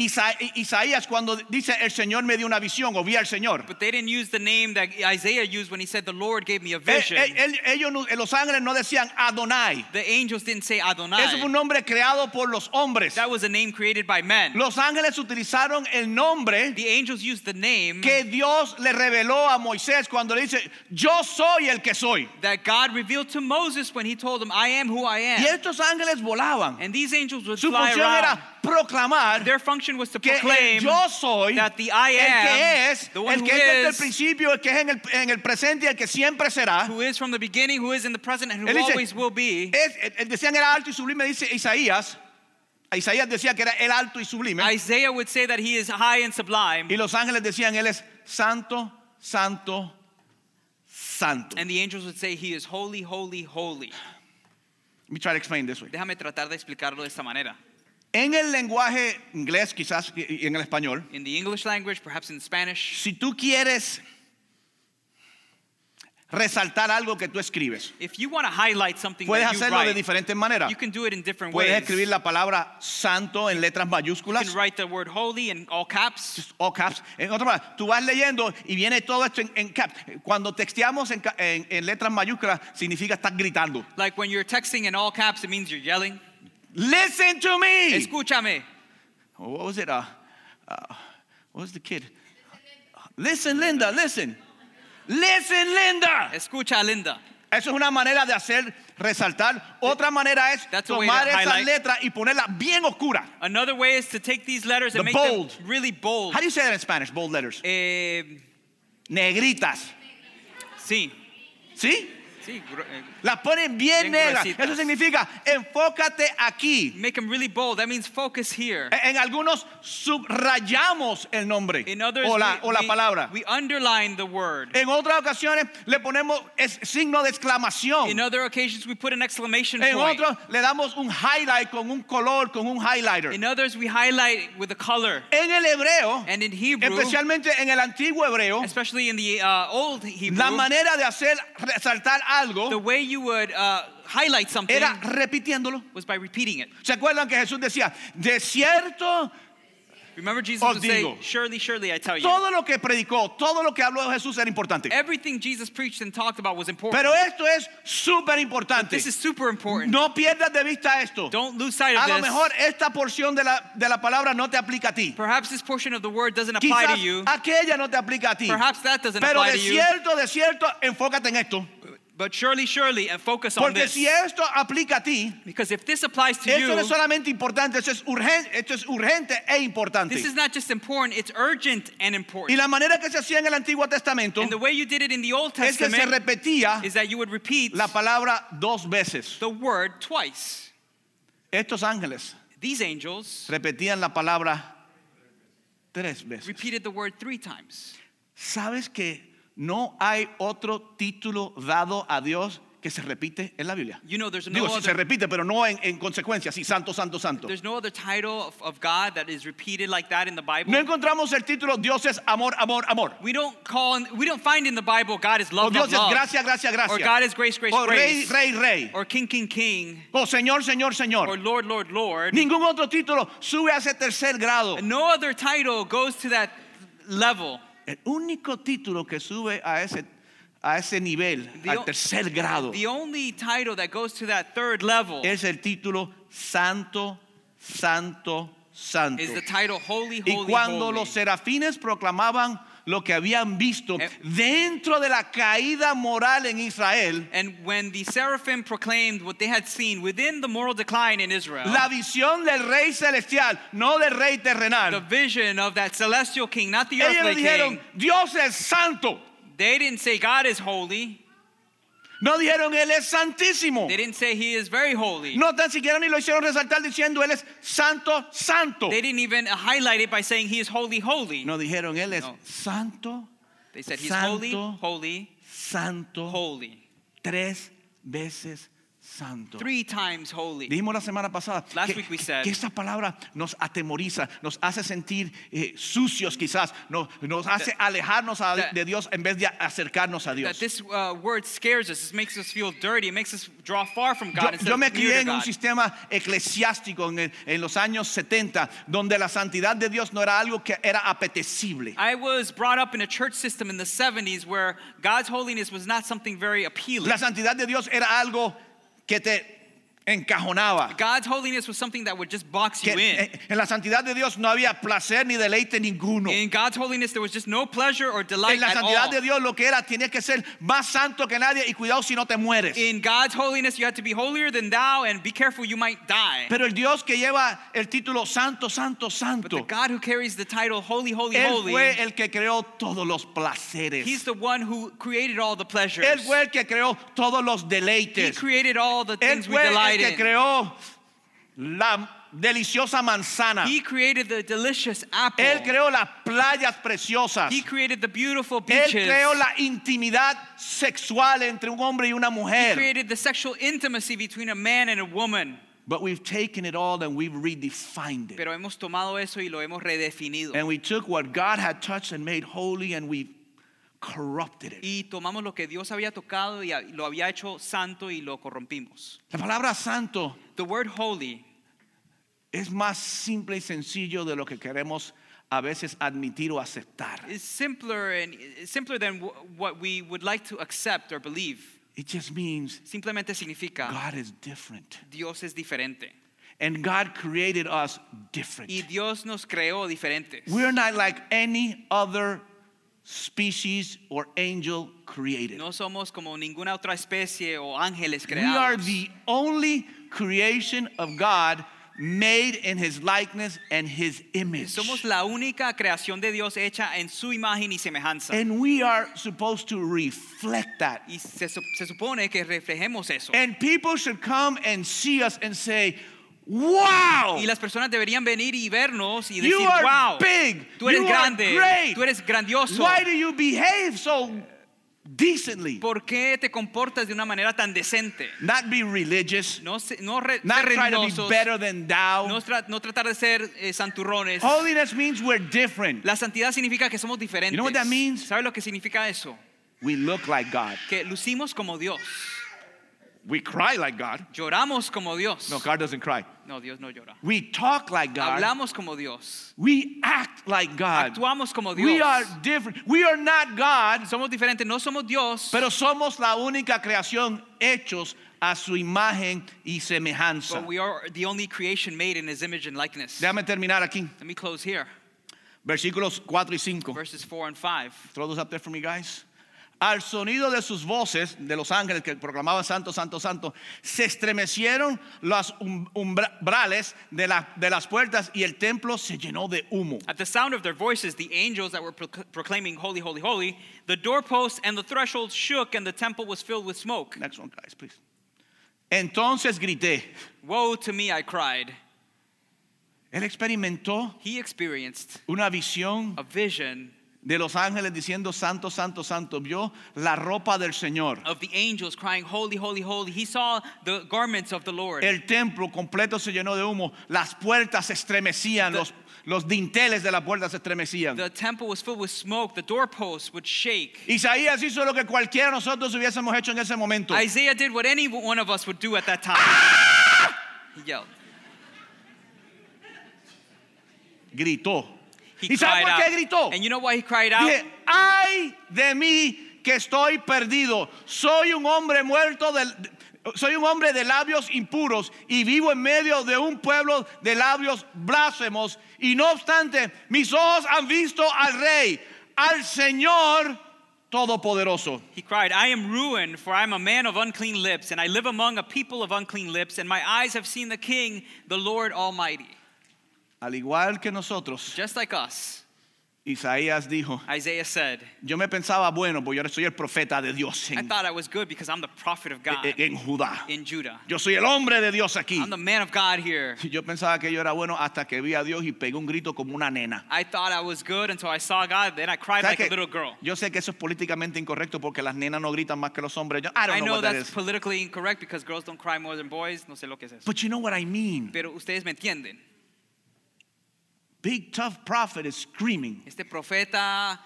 Isa- Isaías cuando dice el Señor me dio una visión o vi al Señor. but they didn't use the name that Isaiah used when he said, The Lord gave me a Eh, vision. eh, el- ellos no- los ángeles no decían Adonai. the angels didn't say Adonai. Eso fue un nombre creado por los hombres. that was a name created by men. Los ángeles utilizaron el nombre the angels used the name que Dios le reveló a Moisés cuando le dice yo soy el que soy. that God revealed to Moses when he told him, I am who I am. Y estos ángeles volaban. and these angels would Su fly función around. era proclamar Their function was to que el proclaim yo soy that the I el que am, es, the one el who que es desde el is, principio, el que es en el, en el presente y el que siempre será. who is from the beginning, who is in the present, and who Él dice, always will be. Es- el- el decían era alto y sublime, dice Isaías. Isaías decía que era el alto y sublime. Isaiah would say that he is high and sublime, y los ángeles decían, Él es santo, santo, santo. and the angels would say he is holy, holy, holy. Let me try to explain this way. Déjame tratar de explicarlo de esta manera. En el lenguaje inglés, quizás, y y en el español, In the English language, perhaps in Spanish, si tú quieres resaltar algo que tú escribes, if you want to highlight something puedes that you hacerlo de write, diferentes maneras. you can do it in different Puedes ways. escribir la palabra santo en letras you mayúsculas. can write the word holy in all caps. all caps. En otras palabras, tú vas leyendo y viene todo esto en, en caps. Cuando texteamos en, ca- en- en letras mayúsculas, significa estar gritando. Like when you're texting in all caps, it means you're yelling. Listen to me. Escúchame. Oh, what was it? Uh, uh, what was the kid? Listen, Linda, listen. Listen, Linda. Escucha, Linda. Eso es una manera de hacer resaltar. Otra manera es That's a way to tomar esas highlight. letras y ponerlas bien oscuras. Another way is to take these letters and The make bold. them really bold. How do you say that in Spanish? Bold letters. Eh, Negritas. sí. ¿Sí? Sí, gr- eh, Las ponen bien Bien negras. gruesitas. Eso significa enfócate aquí. E, Make them really bold. That means focus here. En en algunos subrayamos el nombre In others, o la, we, o la we- palabra. we underline the word. en otras ocasiones le ponemos es- signo de exclamación. In other occasions, we put an exclamation En point. otros le damos un highlight con un color, con un highlighter. In others, we highlight with a color. en el hebreo, And in Hebrew, especialmente en el antiguo hebreo, especially in the uh, old Hebrew, la manera de hacer resaltar the algo way you would uh, highlight something era repitiéndolo. was by repeating it. ¿Se acuerdan que Jesús decía, de cierto, Remember Jesus Os would say, Oh, digo. surely, surely I tell you. Todo lo que predicó, todo lo que habló de Jesús era importante. Everything Jesus preached and talked about was important. Pero esto es súper importante. this is super important. No pierdas de vista esto. Don't lose sight of A lo this. mejor esta porción de la, de la palabra no te aplica a ti. Perhaps this portion of the word doesn't apply Quizás to you. aquella no te aplica a ti. Perhaps that doesn't Pero apply de to you. cierto, de cierto, enfócate en esto. But surely, surely, and focus on Porque this. si esto aplica a ti, Because if this applies to esto no you, es solamente importante, esto es urgente, esto es urgente e importante. this is not just important, it's urgent and Y important. la manera que se hacía en el Antiguo Testamento And the way you did it in the Old es que se Testament repetía is that you would repeat la palabra dos veces. the word twice. Estos ángeles These angels repetían la palabra tres veces. repeated the word three times. ¿Sabes que no hay otro título dado a Dios que se repite en la Biblia? You know, there's no, Digo, si se other, repite, pero no en, en consecuencia, sí, santo, santo, santo. there's no other title of, of God that is repeated like that in the Bible. No encontramos el título Dios es amor, amor, amor. We don't call, we don't find in the Bible God is O love, Oh, Dios love, es love, gracia, gracia, or God gracia. is grace, grace, O rey, grace, rey, rey. or king, king, king, O Señor, Señor, or Señor. Lord, Lord, Lord. Ningún otro título sube a ese tercer grado. And no other title goes to that level. El único título que sube a ese, a ese nivel, The al o- tercer grado, The only title that goes to that third level es el título Santo, Santo, Santo. is the title Holy, Y Holy, cuando Holy. los serafines proclamaban lo que habían visto Eh. dentro de la caída moral en Israel, And when the seraphim proclaimed what they had seen within the moral decline in Israel, la visión del rey celestial, no del rey the terrenal, vision of that celestial king, not the ellos earthly king, dijeron, Dios es santo. they didn't say God is holy. No dijeron, Él es santísimo. They didn't say he is very holy. No tan siquiera ni lo hicieron resaltar diciendo Él es santo, santo. They didn't even highlight it by saying he is holy, holy. No dijeron Él es No. santo, They said he's holy, Santo. holy, santo, holy. tres veces santo. Three times holy. Dijimos la semana pasada Last que, week we said- que esta palabra nos atemoriza, nos hace sentir eh, sucios quizás, no- nos hace alejarnos a- that- de Dios en vez de acercarnos a That Dios. this uh, word scares us. It makes us feel dirty. It makes us draw far from God Yo, instead yo me of near crié to en un God. sistema eclesiástico en, el- en los años 70, donde la santidad de Dios no era algo que era apetecible. I was brought up in a church system in the 70s where God's holiness was not something very appealing. La santidad de Dios era algo que te encajonaba. God's holiness was something that would just box Que eh, you in. en, en la santidad de Dios no había placer ni deleite ninguno. In God's holiness, there was just no pleasure or En delight la at santidad all. de Dios lo que era tenía que ser más santo que nadie y cuidado si no te mueres. In God's holiness, you had to be holier than thou, and be careful, you might die. Pero el Dios que lleva el título Santo, Santo, But the Santo, God who carries the title Holy, Holy, Él fue Holy, el que creó todos los placeres. He's the one who created all the pleasures. Él fue el que creó todos los He deleites. created all the Él things we fue el delight que in. creó la deliciosa manzana. He created the delicious apple. Él creó las playas preciosas. He created the beautiful Él beaches. creó la intimidad sexual entre un hombre y una He mujer. created the sexual intimacy between a man and a woman. But we've taken it all and we've redefined it. Pero hemos tomado eso y lo hemos redefinido. And we took what God had touched and made holy and we've corrupted it. Y tomamos lo que Dios había tocado y a- lo había hecho santo y lo corrompimos. La palabra santo The word holy es más simple y sencillo de lo que queremos a veces admitir o aceptar. is simpler and is simpler than wh- what we would like to accept or believe. It just means Simplemente significa God is different. Dios es diferente And God created us different. y Dios nos creó diferentes. We're not like any other species or angel created. No somos como ninguna otra especie o ángeles We are creados. the only creation of God made in his likeness and his image. Somos la única creación de Dios hecha en su imagen y semejanza. And we are supposed to reflect that. Y se, sup- se supone que reflejemos eso. And people should come and see us and say, Wow, Y las personas deberían venir y vernos y You decir, are wow, big. tú eres You are grande, great. tú eres grandioso. why do you behave so decently? ¿Por qué te comportas de una manera tan decente? Not be religious, No, se- no re- not ser try to be religiosos, better than thou. no, tra- no tratar de ser eh, santurrones. Holiness means we're different. La santidad significa que somos diferentes. what that means? ¿Sabes lo que significa eso? We look like God. Que lucimos como Dios. We cry like God. Lloramos como Dios. No, God doesn't cry. No, Dios no llora. We talk like God. Hablamos como Dios. We act like God. Actuamos como Dios. We are different. We are not God, somos diferentes, no somos Dios, pero somos la única creación hechos a su imagen y semejanza. but we are the only creation made in his image and likeness. Déjame terminar aquí. Let me close here. Versículos 4 y 5. Verses 4 and 5. Throw those up there for me, guys. Al sonido de sus voces, de los ángeles que proclamaban santo, santo, santo, se estremecieron los um- umbrales de, la- de las puertas y el templo se llenó de humo. At the sound of their voices, the angels that were proc- proclaiming, Holy, holy, holy, the doorposts and the threshold shook, and the temple was filled with smoke. Next one, guys, please. Entonces grité. Woe to me, I cried. Él experimentó He experienced una visión a vision de los ángeles diciendo santo, santo, santo. Vio la ropa del Señor. of the angels crying, Holy, holy, holy. He saw the garments of the Lord. El templo completo se llenó de humo. Las puertas se estremecían. The- Los, los dinteles de la puerta se estremecían. The temple was filled with smoke, the doorposts would shake. Isaías hizo lo que cualquiera de nosotros hubiésemos hecho en ese momento. Isaiah did what any one of us would do at that time. Ah! He yelled. Gritó. He ¿Y sabe por qué cried gritó? out. And you know why he cried out? Dije, ay de mí que estoy perdido. Soy un hombre muerto del- Soy un hombre de labios impuros y vivo en medio de un pueblo de labios blasfemos. Y no obstante, mis ojos han visto al Rey, al Señor Todopoderoso. He cried, I am ruined, for I am a man of unclean lips, and I live among a people of unclean lips, and my eyes have seen the King, the Lord Almighty. Al igual que nosotros, Just like us, Isaías dijo, Isaiah said, yo me pensaba, bueno, pues yo soy el profeta de Dios I en thought I was good because I'm the prophet of God en en Judá. in Judah. Yo soy el hombre de Dios aquí. I'm the man of God here. Yo pensaba que yo era bueno hasta que vi a Dios y pegué un grito como una nena. I thought I was good until I saw God, then I cried ¿Sabes like a qué? little girl. Yo sé que eso es políticamente incorrecto porque las nenas no gritan más que los hombres. Yo- I don't I know, know what that that's is. politically incorrect because girls don't cry more than boys. No sé lo que es eso. But you know what I mean. Pero ustedes me entienden. Big tough prophet is screaming. Este profeta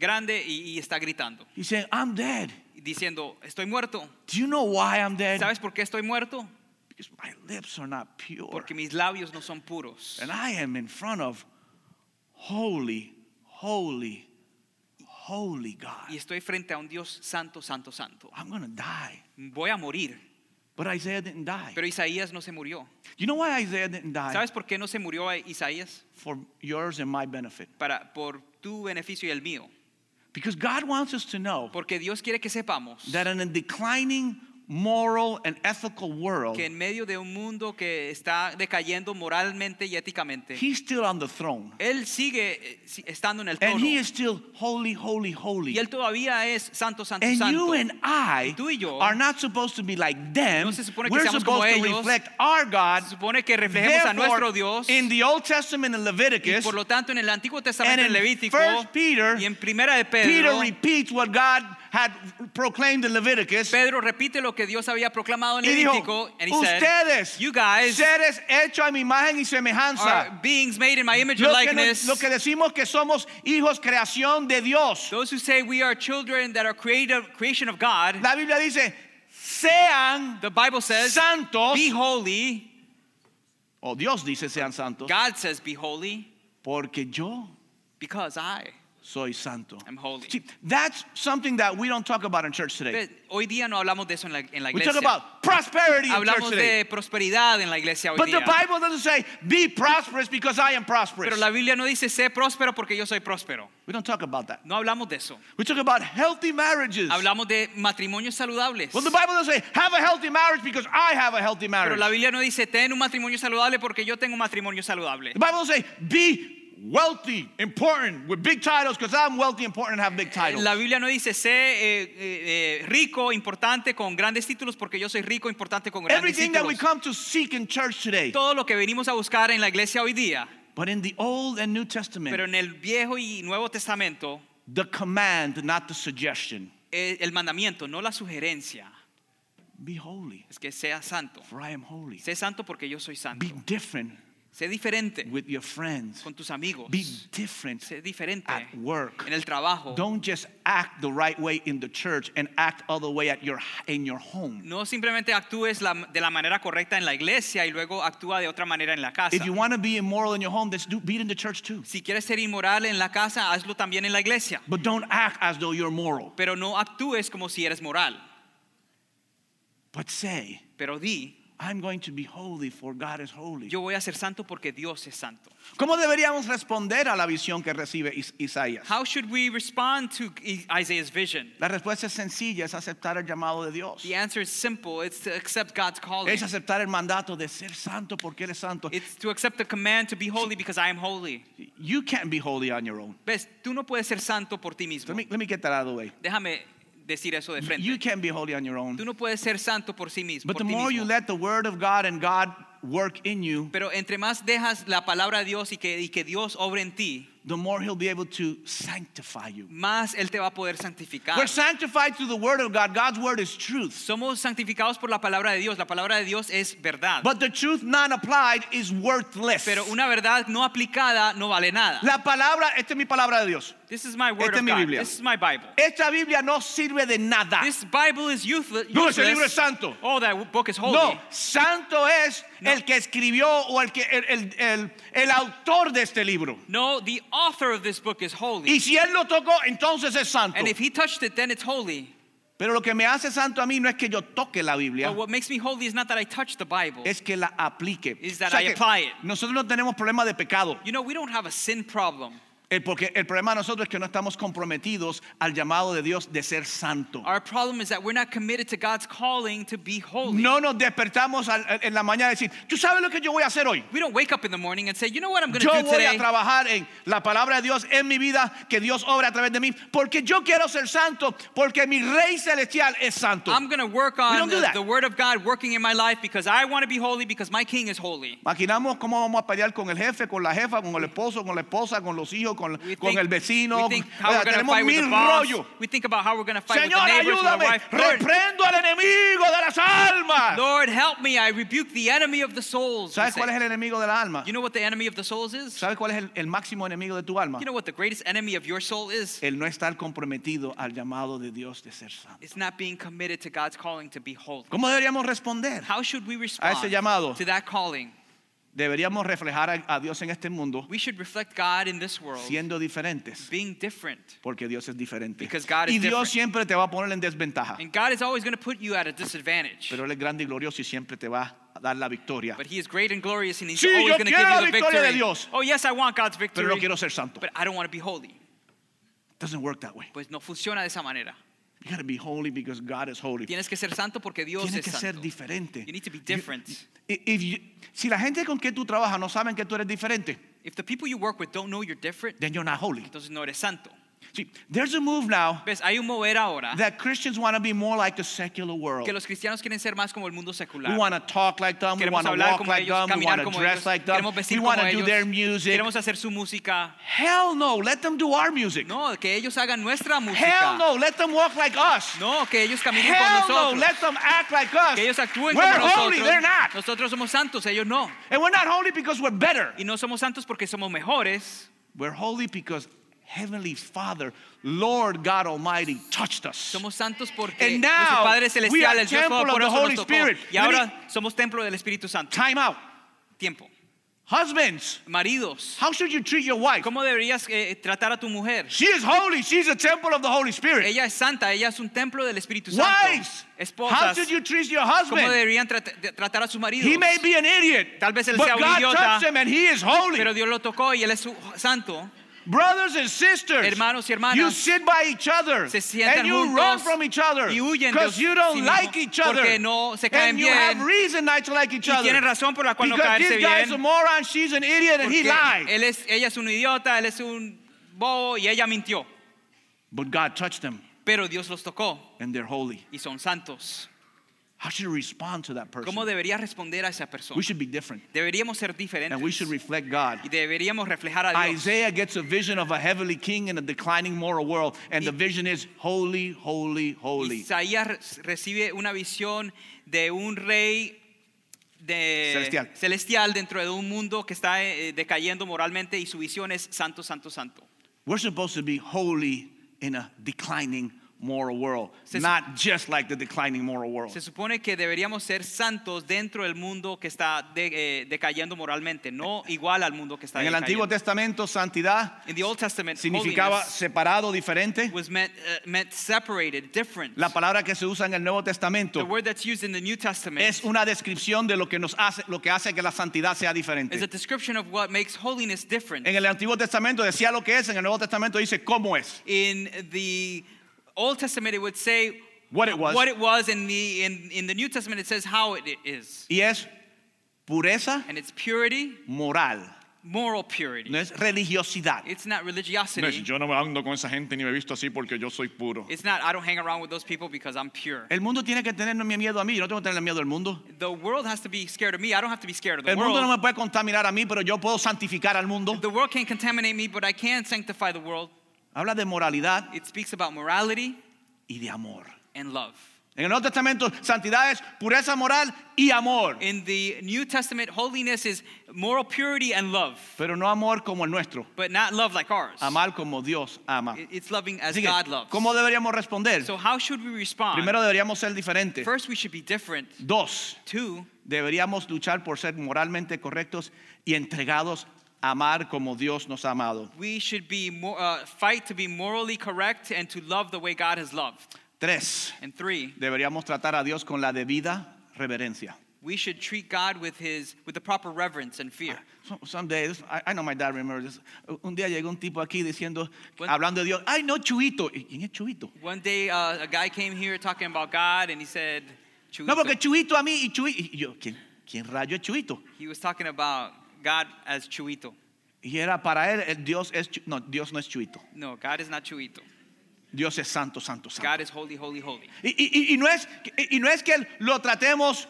grande y, y está gritando, He's saying, I'm dead. diciendo, estoy muerto. Do you know why I'm dead? ¿Sabes por qué estoy muerto? Because my lips are not pure. Porque mis labios no son puros. And I am in front of holy, holy, holy Y God. estoy frente a un Dios santo, santo, santo. I'm going to die. Voy a morir. But Isaiah didn't die. Pero Isaías no se murió. You know why Isaiah didn't die? ¿Sabes por qué no se murió Isaías? For yours and my benefit. Para, por tu beneficio y el mío. Because God wants us to know Porque Dios quiere que sepamos that in a declining moral and ethical world, que en medio de un mundo que está decayendo moralmente y éticamente, He's still on the throne. Él sigue eh, si- estando en el trono. And He is still holy, holy, holy. y él todavía es santo, santo, And santo. you and I Tú y yo are not supposed to be like them. no se supone que We're seamos como supposed to ellos. reflect our God. se supone que reflejemos a Therefore, nuestro Dios. in the Old Testament and y Leviticus, por lo tanto, en el Antiguo and Testamento, en in Levítico, 1 Peter, y en Primera de Peter Pedro, repeats what God had proclaimed in Leviticus. Pedro repite lo que Dios había proclamado en Y dijo, Levítico. and he ustedes, said, you guys seres hechos a mi imagen y semejanza. are beings made in my image and Lo que, nos- likeness. lo que decimos que somos hijos creación de Dios. Those who say we are children that are creative, creation of God, La Biblia dice, sean the Bible says, santos, be holy. o Dios dice sean santos, God says, be holy porque yo because I soy santo. am holy. See, that's something that we don't talk about in church today. Hoy día no hablamos de eso en la, en la We talk iglesia. about prosperity in church Hablamos today. de prosperidad en la iglesia hoy But the día. Bible doesn't say, be prosperous because I am Pero prosperous. la Biblia no dice sé próspero porque yo soy próspero. We don't talk about that. No hablamos de eso. We talk about healthy marriages. Hablamos de matrimonios saludables. Well, the Bible doesn't say, have a healthy marriage because I have a healthy Pero marriage. la Biblia no dice ten un matrimonio saludable porque yo tengo un matrimonio saludable. The Bible says, be wealthy, important, with big titles, because I'm wealthy, important, and have big titles. La Biblia no dice sé eh, eh, eh, rico, importante, con grandes títulos porque yo soy rico, importante, con grandes Everything that we títulos. come to seek in church today. Todo lo que venimos a buscar en la iglesia hoy día. But in the Old and New Pero Testament, en el Viejo y Nuevo Testamento, the command, not the suggestion. eh, el mandamiento, no la sugerencia, Be holy, es que sea santo. for I am holy. Sé santo porque yo soy santo. Be different, Sé diferente with your friends. con tus amigos. Be different Sé diferente at work. en el trabajo. Don't just act the right way in the church and act other way at your in your home. No simplemente actúes la- de la manera correcta en la iglesia y luego actúa de otra manera en la casa. If you want to be immoral in your home, then do, be it in the church too. Si quieres ser inmoral en la casa, hazlo también en la iglesia. But don't act as though you're moral. Pero no actúes como si eres moral. But say, Pero di, I'm going to be holy for God is holy. yo voy a ser santo porque Dios es santo. ¿Cómo deberíamos responder a la visión que recibe Is- Isaías? How should we respond to I- Isaiah's vision? La respuesta es sencilla, es aceptar el llamado de Dios. The answer is simple. It's to accept God's calling. Es aceptar el mandato de ser santo porque Él es santo. It's to accept the command to be holy because I am holy. You can't be holy on your own. Ves, tú no puedes ser santo por ti Let mismo. me, let me get that out of the way. Déjame decir eso de frente. You can't be holy on your Tú own. no puedes ser santo por sí mismo. But the por ti more mismo. you let the Word of God and God work in you, Pero entre más dejas la palabra de Dios y que, y que Dios obre en ti, the more He'll be able to sanctify you. más Él te va a poder santificar. We're sanctified through the Word of God. God's Word is truth. Somos santificados por la palabra de Dios. La palabra de Dios es verdad. But the truth not applied is worthless. Pero una verdad no aplicada no vale nada. La palabra, esta es mi palabra de Dios. This is my word Esta es of mi God. Biblia. This is my Bible. Esta Biblia no sirve de nada. This Bible is useless. No, ese libro es santo. Oh, that book is holy. No, santo es No. el que escribió o el, que, el, el- el- el autor de este libro. No, the author of this book is holy. Y si él lo tocó, entonces es santo. And if he touched it, then it's holy. Pero lo que me hace santo a mí no es que yo toque la Biblia, But what makes me holy is not that I touch the Bible. es que la aplique. Is that I que apply it. nosotros no tenemos problema de pecado, You know, we don't have a sin problem. eh, porque el problema de nosotros es que no estamos comprometidos al llamado de Dios de ser santo. Our problem is that we're not committed to God's calling to be holy. No nos despertamos al- en la mañana a decir, tú sabes lo que yo voy a hacer hoy. We don't wake up in the morning and say, you know what I'm going Yo to do voy a today? trabajar en la palabra de Dios en mi vida, que Dios obra a través de mí, porque yo quiero ser santo, porque mi Rey Celestial es santo. I'm going to work We don't on do the, that. the Word of God working in my life because I want to be holy because my King is holy. Imaginamos cómo vamos a pelear con el jefe, con la jefa, con el esposo, con la esposa, con los hijos, con, We con think- el vecino. we think O how sea, we're gonna tenemos fight with mil the boss. rollos. We think about how we're going to fight with Señor, the neighbors, with our ayúdame. wife. Lord, Reprendo al enemigo de las almas. Lord, help me. I rebuke the enemy of the souls. we ¿Sabes cuál say. es el enemigo del alma? You know what the enemy of the souls is? ¿Sabes cuál es el, el máximo enemigo de tu alma? You know what the greatest enemy of your soul is? El no estar comprometido al llamado de Dios de ser santo. It's not being committed to God's calling to be holy. ¿Cómo deberíamos responder? How should we A respond ese llamado. to that calling? Deberíamos reflejar a, a Dios en este mundo We should reflect God in this world, siendo diferentes, being different. porque Dios es diferente. Because God is Y Dios different. siempre te va a poner en desventaja, And God is always going to put you at a disadvantage. pero Él es grande y glorioso y siempre te va a dar la victoria. But He is great and glorious, and He's Sí, always yo going to give quiero la you the victoria de victory. Dios. Oh, yes, I want God's victory. Pero no quiero ser santo. But I don't want to be holy. Doesn't work that way. Pues no funciona de esa manera. You gotta be holy because God is holy. Tienes que ser santo porque Dios Tienes es que ser santo. diferente. You need to be You- different. i- if you- si la gente con que tú trabajas no saben que tú eres diferente, If the people you work with don't know you're different, then you're not holy. entonces no eres santo. See, there's a move now Ves, hay un mover ahora that Christians want to be more like the secular world. que los cristianos quieren ser más como el mundo secular. We want to talk like them. We Queremos want to hablar walk como like ellos, them. We want caminar to como dress ellos, like them. queremos We vestir como want to do ellos, their music. queremos hacer su música. Hell no, let them do our music. No, que ellos hagan nuestra música. Hell no, let them walk like us. No, que ellos caminen Hell con no, nosotros. let them act like us. que ellos actúen we're como nosotros. holy, they're not. Nosotros somos santos, ellos no. And we're not holy because we're better. Y no somos santos porque somos mejores. We're holy because Heavenly Father, Lord God Almighty, touched us. Somos santos porque And now nuestro Padre we Celestial, are el Dios temple of the Todopoderoso, Holy nos tocó. Spirit. Y Let ahora me- somos templo del Espíritu Santo. Time out. Tiempo. Husbands, Maridos, how should you treat your wife? ¿cómo deberías eh, tratar a tu mujer? She is holy. She's a temple of the Holy Spirit. Ella es santa, ella es un templo del Espíritu Santo. Wives, how Esposas, should you treat your ¿cómo husband? deberían trat- de- tratar a su marido? He may be an idiot, Tal vez él sea but un God idiota, touched him and he is holy. Pero Dios lo tocó y él es su- santo. Brothers and sisters, Hermanos y hermanas, you sit by each other se sientan and you juntos run from each other y huyen de because sí you don't mismo like each other. porque no se caen and you have bien. reason not to like each Y other. tienen razón por la cual no because caerse this guy is a bien. moron, she's an idiot, and he Porque lied. él es, ella es un idiota, él es un bobo y ella mintió. But God touched them Pero Dios los tocó and they're holy. y son santos. How should we respond to that person? ¿Cómo debería responder a esa persona? We should be different Deberíamos ser diferentes and we should reflect God. y deberíamos reflejar a Dios. Isaiah gets a vision of a heavenly king in a declining moral world, and the vision is holy, holy, holy. Isaías re- recibe una visión de un rey de- Celestial. celestial dentro de un mundo que está eh, decayendo moralmente y su visión es santo, santo, santo. We're supposed to be holy in a declining moral world, Se- not just like the declining moral world. Se supone que deberíamos ser santos dentro del mundo que está de- eh, decayendo moralmente, no igual al mundo que está En el Antiguo decayendo. Testamento, santidad In the Old Testament, significaba holiness separado, diferente. was meant, uh, meant separated, different. La palabra que se usa en el Nuevo the Testamento word that's used in the New Testament es una descripción de lo que nos hace, lo que hace que la santidad sea is a diferente. description of what makes holiness different. En el Antiguo Testamento decía lo que es, en el Nuevo Testamento dice cómo es. in the Old Testament, it would say What it was. What it was in the in, in the New Testament, it says how it i- is, Y es pureza and it's purity, moral, moral purity. no es religiosidad. It's not No es, religiosity. yo no me ando con esa gente ni me he visto así porque yo soy puro. It's not I don't hang around with those people because I'm pure. El mundo tiene que tener miedo a mí, yo no tengo que tener miedo al mundo. The world has to be scared of me. I don't have to be scared of the El mundo no world. me puede contaminar a mí, pero yo puedo santificar al mundo. The world can't contaminate me, but I can sanctify the world. Habla de moralidad It speaks about morality y de amor. and love. En el Nuevo Testamento, santidad es pureza moral y amor, In the New Testament, holiness is moral purity and love, pero no amor como el nuestro, but not love like ours. amar como Dios ama. It- It's loving as Así que, God loves. ¿cómo deberíamos responder? So how should we respond? Primero deberíamos ser diferentes. First, we should be different. Dos, Two, deberíamos luchar por ser moralmente correctos y entregados a amar como Dios nos ha amado. we should be more, uh, fight to be morally correct and to love the way God has loved. Tres, And three, deberíamos tratar a Dios con la debida reverencia. we should treat God with his with the proper reverence and fear. So- Someday, this- I, I know my dad remembers this. Un día llegó un tipo aquí diciendo, Buen- hablando de Dios, ay no, Chuito. ¿Y quién es Chuito? One day, uh, a guy came here talking about God, and he said, Chuito. No, porque Chuito a mí y Chuito. Y yo, ¿quién, ¿quién rayo es Chuito? he was talking about God as Chuito. Y era para él, el Dios es, Chu- no, Dios no es Chuito. No, God is not Chuito. Dios es santo, santo, santo. God is holy, holy, holy. Y, y- y- y no es, y y no es que lo tratemos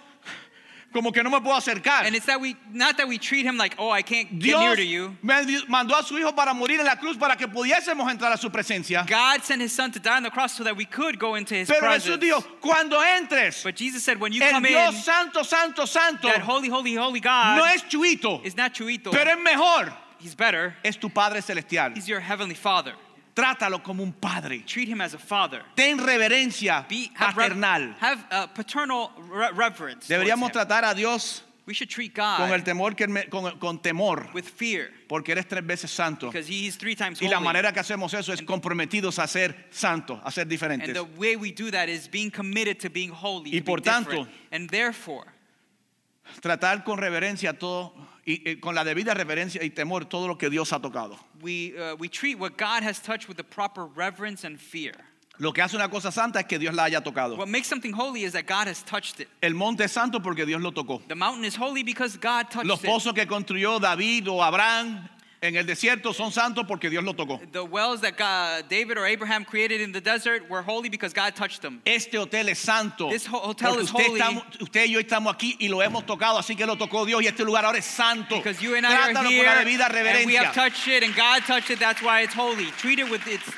como que no me puedo acercar. And it's that we not that we treat him like, oh, I can't get near Dios to you. me- mandó a su hijo para morir en la cruz para que pudiésemos entrar a su presencia. God sent his son to die on the cross so that we could go into his Pero Jesús presence. dijo, cuando entres, But Jesus said, when you el come in, Dios santo, santo, santo, that holy, holy, holy God no es chuito, is not Chuito. pero es mejor. He's better. Es tu Padre Celestial. He's your heavenly father. Trátalo como un padre. Treat him as a father. Ten reverencia Be, have, rev- paternal. have uh, paternal re- reverence. towards Deberíamos him. tratar a Dios we should treat God con el temor que él me- con, con temor, with fear porque eres tres veces santo. because he's three times Y holy. la manera que hacemos eso es comprometidos a ser santos, a ser and diferentes. the way we do that is being committed to being holy. Y to be por different. tanto- and therefore, Tratar con reverencia todo y y con la debida reverencia y temor todo lo que Dios ha tocado. we, uh, we treat what God has touched with the proper reverence and fear. Lo que hace una cosa santa es que Dios la haya tocado. What makes something holy is that God has touched it. El monte es santo porque Dios lo tocó. The mountain is holy because God touched Los it. pozos que construyó David o Abraham en el desierto son santos porque Dios lo tocó. The wells that God, David or Abraham created in the desert were holy because God touched them. Este hotel es santo. This ho- hotel porque is usted, holy. estamos- usted y yo estamos aquí y lo hemos tocado, así que lo tocó Dios y este lugar ahora es santo. Because you and I are Trátalo here, con la debida and we have reverencia. touched it, and God touched it. That's why it's holy. Treat it with its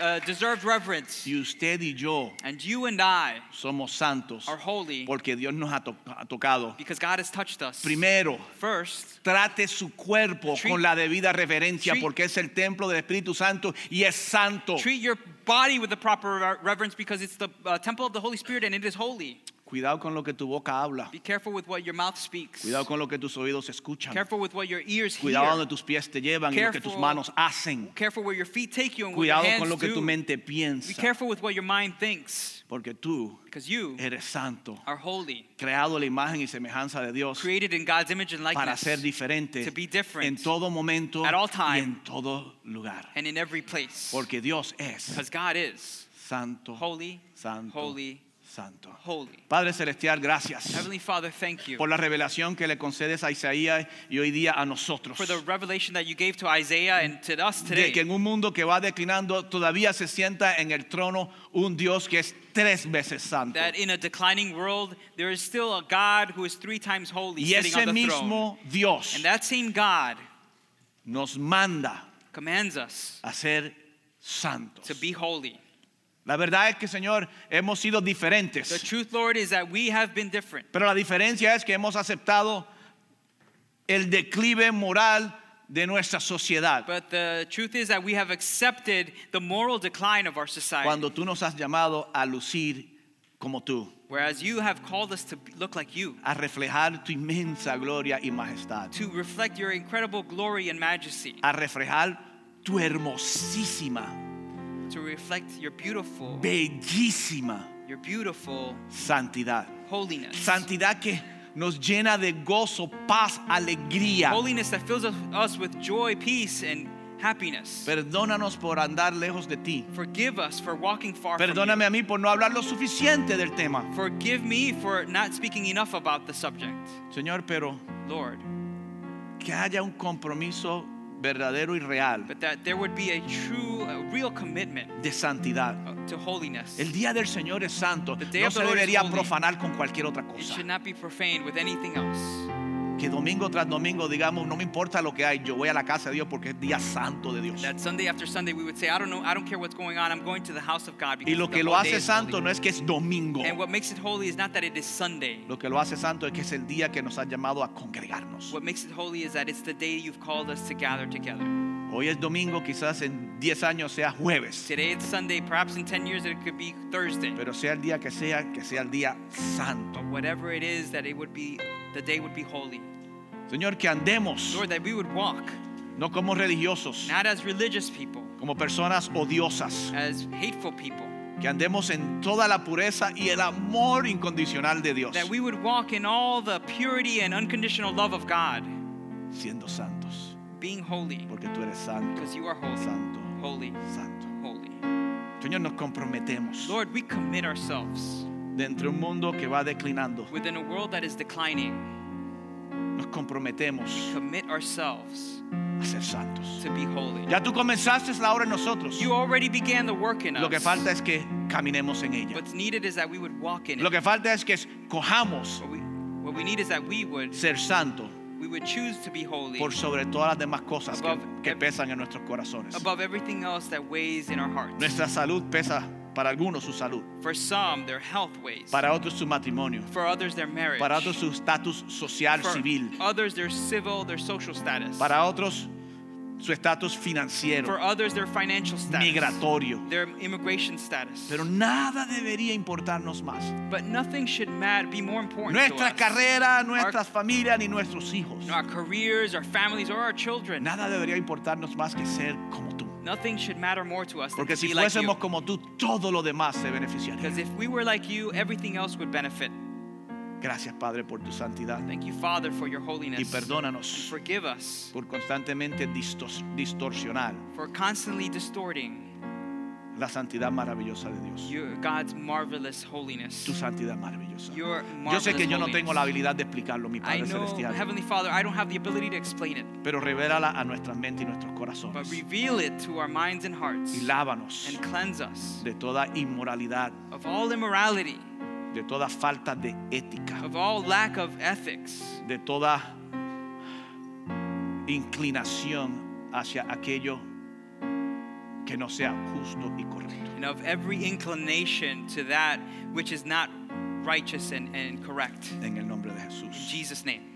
uh, deserved reverence. Y usted y yo And you and I somos santos are holy porque Dios nos ha, to- ha tocado. because God has touched us. Primero, First, trate su cuerpo Treat- con la debida reverencia treat- porque es el templo del Espíritu Santo y es santo. treat your body with the proper re- reverence because it's the uh, temple of the Holy Spirit and it is holy. Cuidado con lo que tu boca habla. Be careful with what your mouth speaks. Cuidado con lo que tus oídos escuchan. Careful with what your ears Cuidado hear. donde tus pies te llevan y lo que tus Careful. manos hacen. Careful where your feet take you and what your Cuidado con hands lo que tu do. mente Be piensa. careful with what your mind thinks, Porque tú because you eres santo, are holy, creado a la imagen y semejanza de Dios created in God's image and para likeness, ser diferente to be different en todo momento at all time. y en todo lugar. and in every place. Porque Dios es Because God is santo, holy, santo, holy, santo. holy. Padre Celestial, gracias Heavenly Father, thank you por la revelación que le concedes a Isaías y hoy día a nosotros. for the revelation that you gave to Isaiah and to us de que today. en un mundo que va declinando todavía se sienta en el trono un Dios que es tres veces santo. That in a declining world, there is still a God who is three times holy Y sitting ese on the throne. mismo Dios And that same God nos manda commands us a ser santos. to be holy. La verdad es que, Señor, hemos sido The diferentes. truth, Lord, is that we have been different. Pero la diferencia es que hemos aceptado el declive moral de nuestra sociedad. But the truth is that we have accepted the moral decline of our society. Cuando tú nos has llamado a lucir como tú, Whereas you have called us to look like you, a reflejar tu inmensa gloria y majestad, to reflect your incredible glory and majesty, a reflejar tu hermosísima, to reflect your beautiful, bellísima your beautiful santidad. holiness. Santidad que nos llena de gozo, paz, alegría. Holiness that fills us- us with joy, peace, and happiness. Perdónanos por andar lejos de ti. Forgive us for walking far Perdóname a mí por no hablar lo suficiente del tema. from you. Forgive me for not speaking enough about the subject, Señor, pero Lord. que haya un compromiso verdadero y real But that there would be a true, a real commitment de santidad. uh, to holiness. El día del Señor es santo. The day No of the se Lord is debería holy. profanar con cualquier otra It cosa. should not be profaned with anything else. Que domingo tras domingo digamos, no me importa lo que hay, yo voy a la casa de Dios porque es día santo de Dios. That Sunday after Sunday we would say, I don't know, I don't care what's going on, I'm going to the house of God because Y lo the que lo whole day hace is santo holy. no es que es domingo. And what makes it holy is not that it is Sunday. Lo que lo hace santo es que es el día que nos ha llamado a congregarnos. What makes it holy is that it's the day you've called us to gather together. Hoy es domingo, quizás en 10 años sea jueves. Today it's Sunday, perhaps in 10 years it could be Thursday. Pero sea el día que sea, que sea el día santo. But whatever it is, that it would be, the day would be holy. Señor, que andemos, Lord, that we would walk, no como religiosos, not as religious people, como personas odiosas. as hateful people. Que andemos en toda la pureza y el amor incondicional de Dios, That we would walk in all the purity and unconditional love of God, siendo santos. being holy, Porque tú eres santo, because you are holy, santo, holy, santo. holy. Señor, nos comprometemos Lord, we commit ourselves dentro de un mundo que va declinando. within a world that is declining. Nos comprometemos Commit ourselves a ser santos. to be holy. Ya tú comenzaste la obra en nosotros. You already began the work in us. Lo que falta es que caminemos en ella. What's needed is that we would walk in Lo it. que falta es que cojamos What we, what we need is that we would ser santo we would choose to be holy por sobre todas las demás cosas que, Above que ev- pesan en nuestros corazones. above everything else that weighs in our hearts. Nuestra salud pesa para algunos su salud, For some, their health weighs. para otros su matrimonio, For others, their marriage. para otros su estatus social For civil, others, their civil, their social status. para otros su estatus For financiero, others, their financial status. migratorio. Their immigration status. Pero nada debería importarnos más. but nothing should matter, be more important to Nuestra us. carrera, nuestras familias ni nuestros hijos. our careers, our families, or our children. Nada debería importarnos más que ser como tú. Nothing should matter more to us than Porque to si be like you. fuésemos como tú, todo lo demás se beneficiaría. Because if we were like you, everything else would benefit. Gracias, Padre, por tu santidad. Thank you, Father, for your holiness. Y perdónanos Forgive us por constantemente distos- distorsionar for constantly distorting la santidad maravillosa de Dios. your, God's marvelous holiness. Tu santidad maravillosa. Your Yo sé que marvelous yo no tengo la holiness. habilidad de explicarlo, mi I Padre know, Celestial, Heavenly Father, I don't have the ability to explain it, pero revélala a nuestras mentes y nuestros but corazones. reveal it to our minds and hearts Y lávanos and cleanse us de toda inmoralidad, of all immorality, de toda falta de ética, of all lack of ethics, de toda inclinación hacia aquello que no sea justo y correcto. and of every inclination to that which is not righteous and, and correct. En el nombre de In Jesús. Jesus' name.